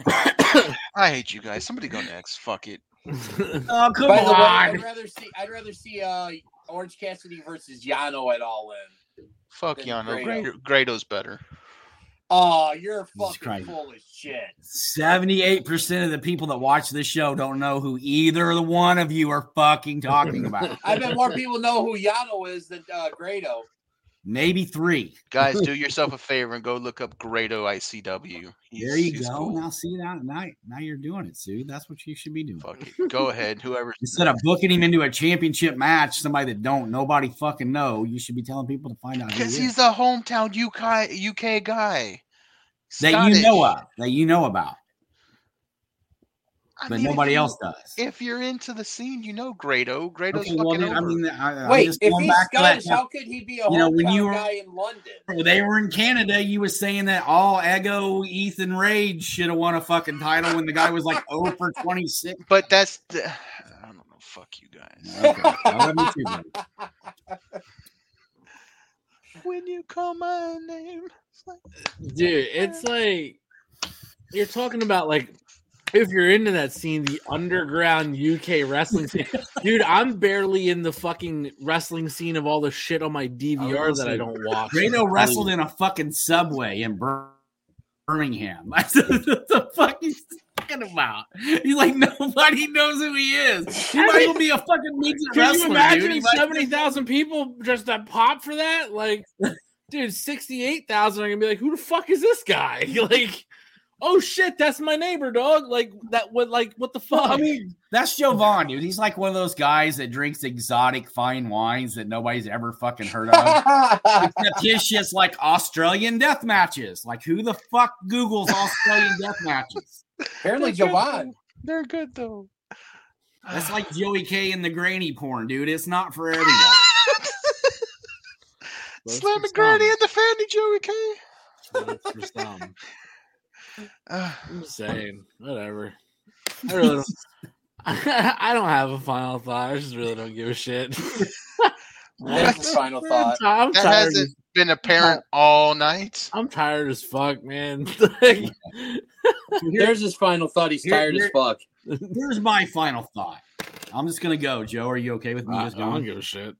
S8: I hate you guys. Somebody go next. Fuck it.
S10: Oh come
S13: By the way,
S10: on!
S13: I'd rather see I'd rather see uh, Orange Cassidy versus Yano at all in.
S8: Fuck
S13: Then
S8: Yano.
S13: Grado.
S8: Grado- Grado's better.
S13: Oh, you're fucking
S10: Christ.
S13: full of shit.
S10: Seventy-eight percent of the people that watch this show don't know who either of the one of you are fucking talking about.
S13: I bet more people know who Yano is than uh, Grado.
S10: Maybe three.
S8: Guys, do yourself a favor and go look up Grado ICW. He's,
S10: There you
S8: he's
S10: go.
S8: cool.
S10: Now see that now, now you're doing it, Sue. That's what you should be doing.
S8: Fuck it. Go ahead. Whoever.
S10: Instead of booking him into a championship match, somebody that don't nobody fucking know, you should be telling people to find out who
S8: Because
S10: he
S8: he's
S10: is,
S8: the hometown UK UK guy.
S10: that you know
S8: Scottish.
S10: of, that you know about.
S8: I
S10: but
S8: mean, if
S10: nobody
S8: you-
S10: else does.
S8: If you're into the scene, you know Grado. Grado's
S10: Okay,
S8: fucking
S10: well, then,
S8: over.
S10: I mean, I, I'm
S13: Wait,
S10: just
S13: if
S10: going
S13: he's
S10: back to that
S13: Scottish, how could he be a
S10: You know, when
S13: hometown
S10: you were-
S13: guy in London?
S10: When they were in Canada, you was saying that all Ego, Ethan Rage should have won a fucking title when the guy was like 0 for 26.
S8: but that's the, I don't know. Fuck you guys.
S10: Okay. I love you too, buddy.
S8: when you call my name, it's like,
S9: dude it's like you're talking about like if you're into that scene the underground uk wrestling scene dude i'm barely in the fucking wrestling scene of all the shit on my dvr that i don't watch
S10: Grado wrestled in a fucking subway in Bir- Birmingham. I said, what the fuck is he talking about? He's like, nobody knows who he is. He
S9: I
S10: might as
S9: mean,
S10: well be a fucking midget
S9: can
S10: wrestler.
S9: you
S10: dude.
S9: imagine
S10: He might-
S9: 70,000 people just that pop for that? Like, dude, 68,000 are gonna be like, who the fuck is this guy? Like, oh shit, that's my neighbor, dog. Like, that what, like, what the fuck?
S10: I mean, that's Jovan, dude. He's like one of those guys that drinks exotic fine wines that nobody's ever fucking heard of. Except his shit's like Australian death matches. Like, who the fuck Googles Australian death matches?
S13: Apparently, Javon.
S8: they're good though.
S10: That's like Joey K and the granny porn, dude. It's not for everybody.
S8: Slam and Granny and the Fanny Joey K.
S9: That's for some.
S8: Uh,
S9: I'm just saying, whatever. I really don't. I don't have a final thought. I just really don't give a shit.
S13: That's his final thought.
S9: I'm
S8: that
S9: tired.
S8: hasn't been apparent all night.
S9: I'm tired as fuck, man.
S13: There's his final thought. He's
S10: Here-
S13: tired as
S10: here-
S13: fuck.
S10: Here's my final thought. I'm just gonna go, Joe. Are you okay with me
S9: I
S10: just
S9: don't
S10: going?
S9: give a shit.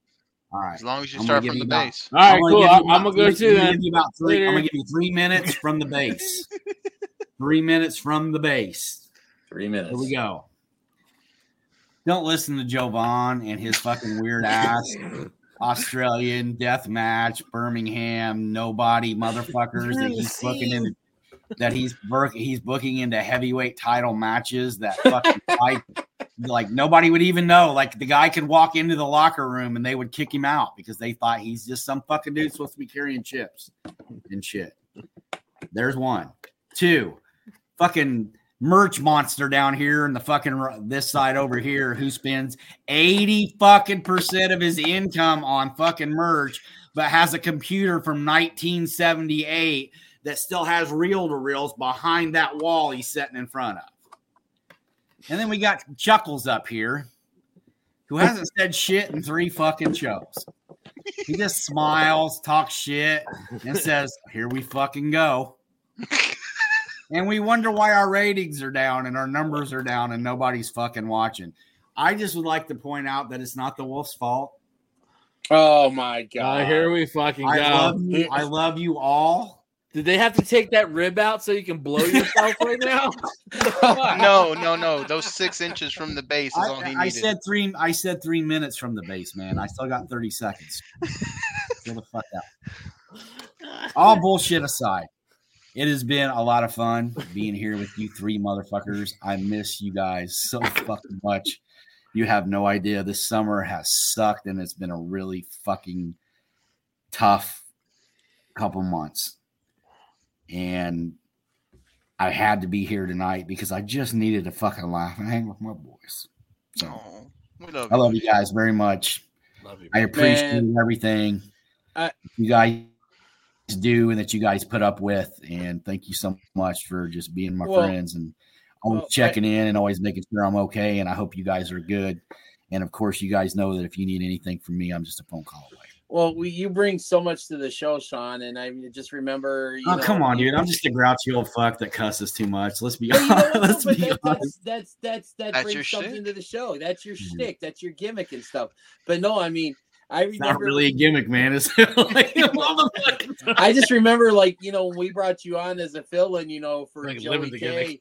S10: All right.
S8: As long as you
S10: I'm gonna
S8: start
S10: give
S8: from the
S10: you that.
S8: base.
S9: All right,
S10: gonna
S9: cool.
S10: give
S9: I-
S10: you
S9: I'm
S10: about
S9: gonna
S10: three-
S9: go too
S10: I'm gonna
S9: then.
S10: give you about three- I'm
S9: Later.
S10: gonna give you three minutes from the base. three minutes from the base.
S13: Three minutes.
S10: Here we go. Don't listen to Joe Vaughn and his fucking weird ass Australian death match, Birmingham, nobody motherfuckers that he's fucking in that he's work, he's booking into heavyweight title matches that fucking fight like nobody would even know. Like the guy could walk into the locker room and they would kick him out because they thought he's just some fucking dude supposed to be carrying chips and shit. There's one. Two, fucking merch monster down here and the fucking r- this side over here who spends 80 fucking percent of his income on fucking merch but has a computer from 1978 that still has reel to reels behind that wall he's sitting in front of and then we got chuckles up here who hasn't said shit in three fucking shows he just smiles talks shit and says here we fucking go and we wonder why our ratings are down and our numbers are down and nobody's fucking watching. I just would like to point out that it's not the Wolf's fault.
S13: Oh my god.
S9: Uh, here we fucking
S10: I
S9: go.
S10: love you. I love you all.
S9: Did they have to take that rib out so you can blow yourself right now?
S8: No, no, no. Those six inches from the base is
S10: I,
S8: all he needed.
S10: I said three. I said three minutes from the base, man. I still got thirty seconds. Get the fuck out. All bullshit aside, it has been a lot of fun being here with you three motherfuckers. I miss you guys so fucking much. You have no idea. This summer has sucked, and it's been a really fucking tough couple months. And I had to be here tonight because I just needed to fucking laugh and hang with my boys. So
S8: Aw, Oh, we love
S10: I love
S8: you.
S10: you guys very much.
S9: Love you.
S10: I appreciate
S13: Man.
S10: everything
S13: I-
S10: you guys do and that you guys put up with. And thank you so much for just being my
S13: Well-
S10: friends and always
S13: well, I-
S10: checking in and always making sure I'm okay. And I hope you guys are good. And of course, you guys know that if you need anything from me, I'm just a phone call away.
S13: Well, we, you bring so much to the show, Sean, and I just remember. You
S10: Oh,
S13: know,
S10: come on, dude. I'm just a grouchy old fuck that cusses too much. Let's be
S13: But you know what,
S10: honest.
S13: though?
S10: Let's
S13: But
S10: be
S13: that-
S10: honest.
S13: that's, that's that's that
S8: That's your
S13: brings something
S8: shtick.
S13: to the show. That's your
S10: Mhm.
S13: shtick. That's your gimmick and stuff. But no, I mean, I
S10: It's not
S13: remember.
S10: really a gimmick, man. It's like, all the fucking time.
S13: I just remember, like you know, when we brought you on as a fill-in, you know, for
S9: Like, live
S13: Joey
S9: with the
S13: K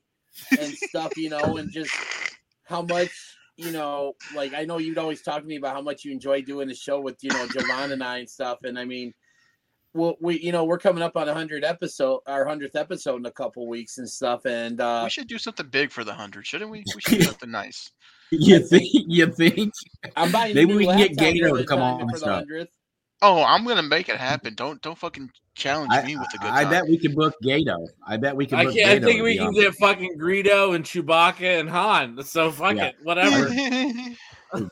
S13: and stuff, you know, and just how much you know, like I know you'd always talk to me about how much you enjoy doing the show with you know Javon and I and stuff, and I mean, well, we you know we're coming up on a hundred episode, our hundredth episode in a couple weeks and stuff, and uh
S8: we should do something big for the hundred, shouldn't we? We should do something nice.
S10: You think? You think?
S13: I'm buying. a
S10: Maybe
S13: new
S10: we can get
S13: laptop
S10: Gato
S13: for
S10: to
S13: the
S10: come
S13: time
S10: on
S13: for
S10: the
S13: the
S10: show.
S13: hundredth.
S8: Oh, I'm gonna make it happen. Don't don't fucking challenge
S10: I,
S8: me with a good
S10: I
S8: time.
S10: bet we can book Gato. I bet we can.
S9: I
S10: book
S9: can't. I
S10: Gato
S9: think
S10: to
S9: we
S10: be
S9: can
S10: on.
S9: get fucking Greedo and Chewbacca and Han. So fuck
S10: Yeah.
S9: it, whatever.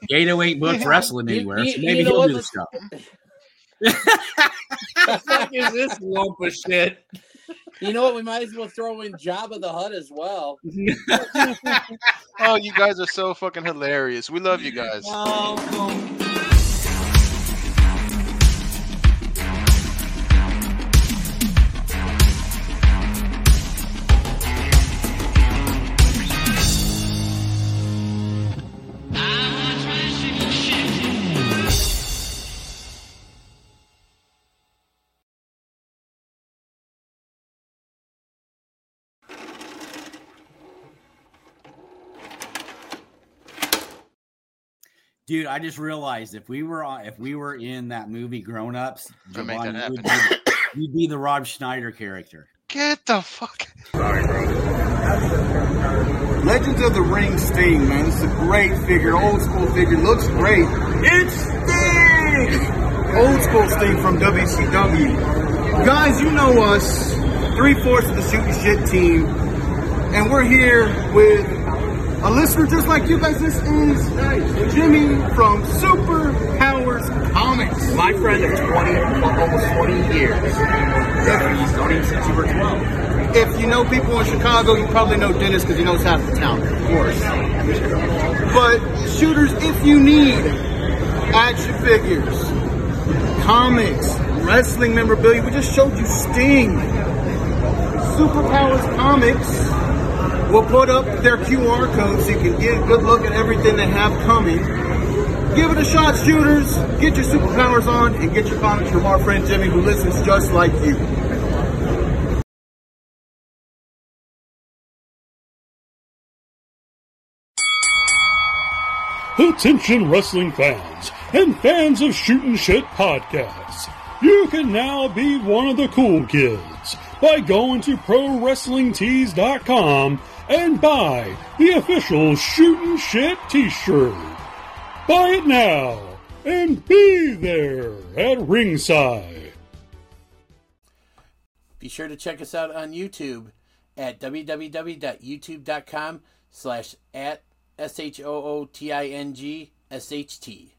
S10: Gato ain't booked wrestling
S13: You-
S10: anywhere,
S13: you-
S10: so
S13: you
S10: maybe
S13: know
S10: he'll
S13: what
S10: do the
S13: this-
S10: show.
S9: the fuck is this lump of shit?
S13: You know what? We might as well throw in Jabba the Hutt as well.
S8: oh, you guys are so fucking hilarious. We love you guys.
S10: Dude, I just realized if we were on, if we were in that movie Grown Ups,
S8: Gonna make
S10: Javon,
S8: that
S10: you would be- you'd be the Rob Schneider character.
S8: Get the fuck.
S14: Legends of the Ring Sting, man. It's a great figure, old school figure. Looks great. It's Sting! Old school Sting from WCW. Guys, you know us, three fourths of the Shooting Shit team, and we're here with a listener just like you guys listening tonight, Jimmy from Super Powers Comics. My friend of 20, almost 20 years. He's starting since you were 12 if you know people in Chicago, you probably know Dennis because he knows half the town, of course. But shooters, if you need action figures, comics, wrestling memorabilia, we just showed you Sting. Superpowers Comics will put up their QR code so you can get a good look at everything they have coming. Give it a shot, shooters. Get your superpowers on and get your comics from our friend Jimmy, who listens just like you.
S2: Attention wrestling fans and fans of Shootin' Shit podcasts. You can now be one of the cool kids by going to ProWrestlingTees.com and buy the official Shootin' Shit t-shirt. Buy it now and be there at ringside.
S13: Be sure to check us out on YouTube at www.youtube.com slash at S-H-O-O-T-I-N-G-S-H-T.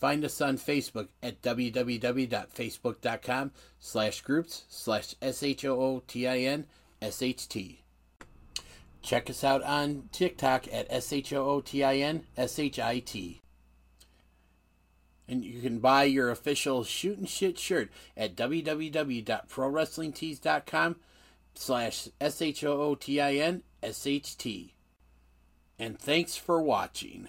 S13: Find us on Facebook at www.facebook.com slash groups slash S-H-O-O-T-I-N-S-H-T. Check us out on TikTok at S-H-O-O-T-I-N-S-H-I-T. And you can buy your official shoot and shit shirt at www.prowrestlingtees.com slash S-H-O-O-T-I-N-S-H-T. And thanks for watching.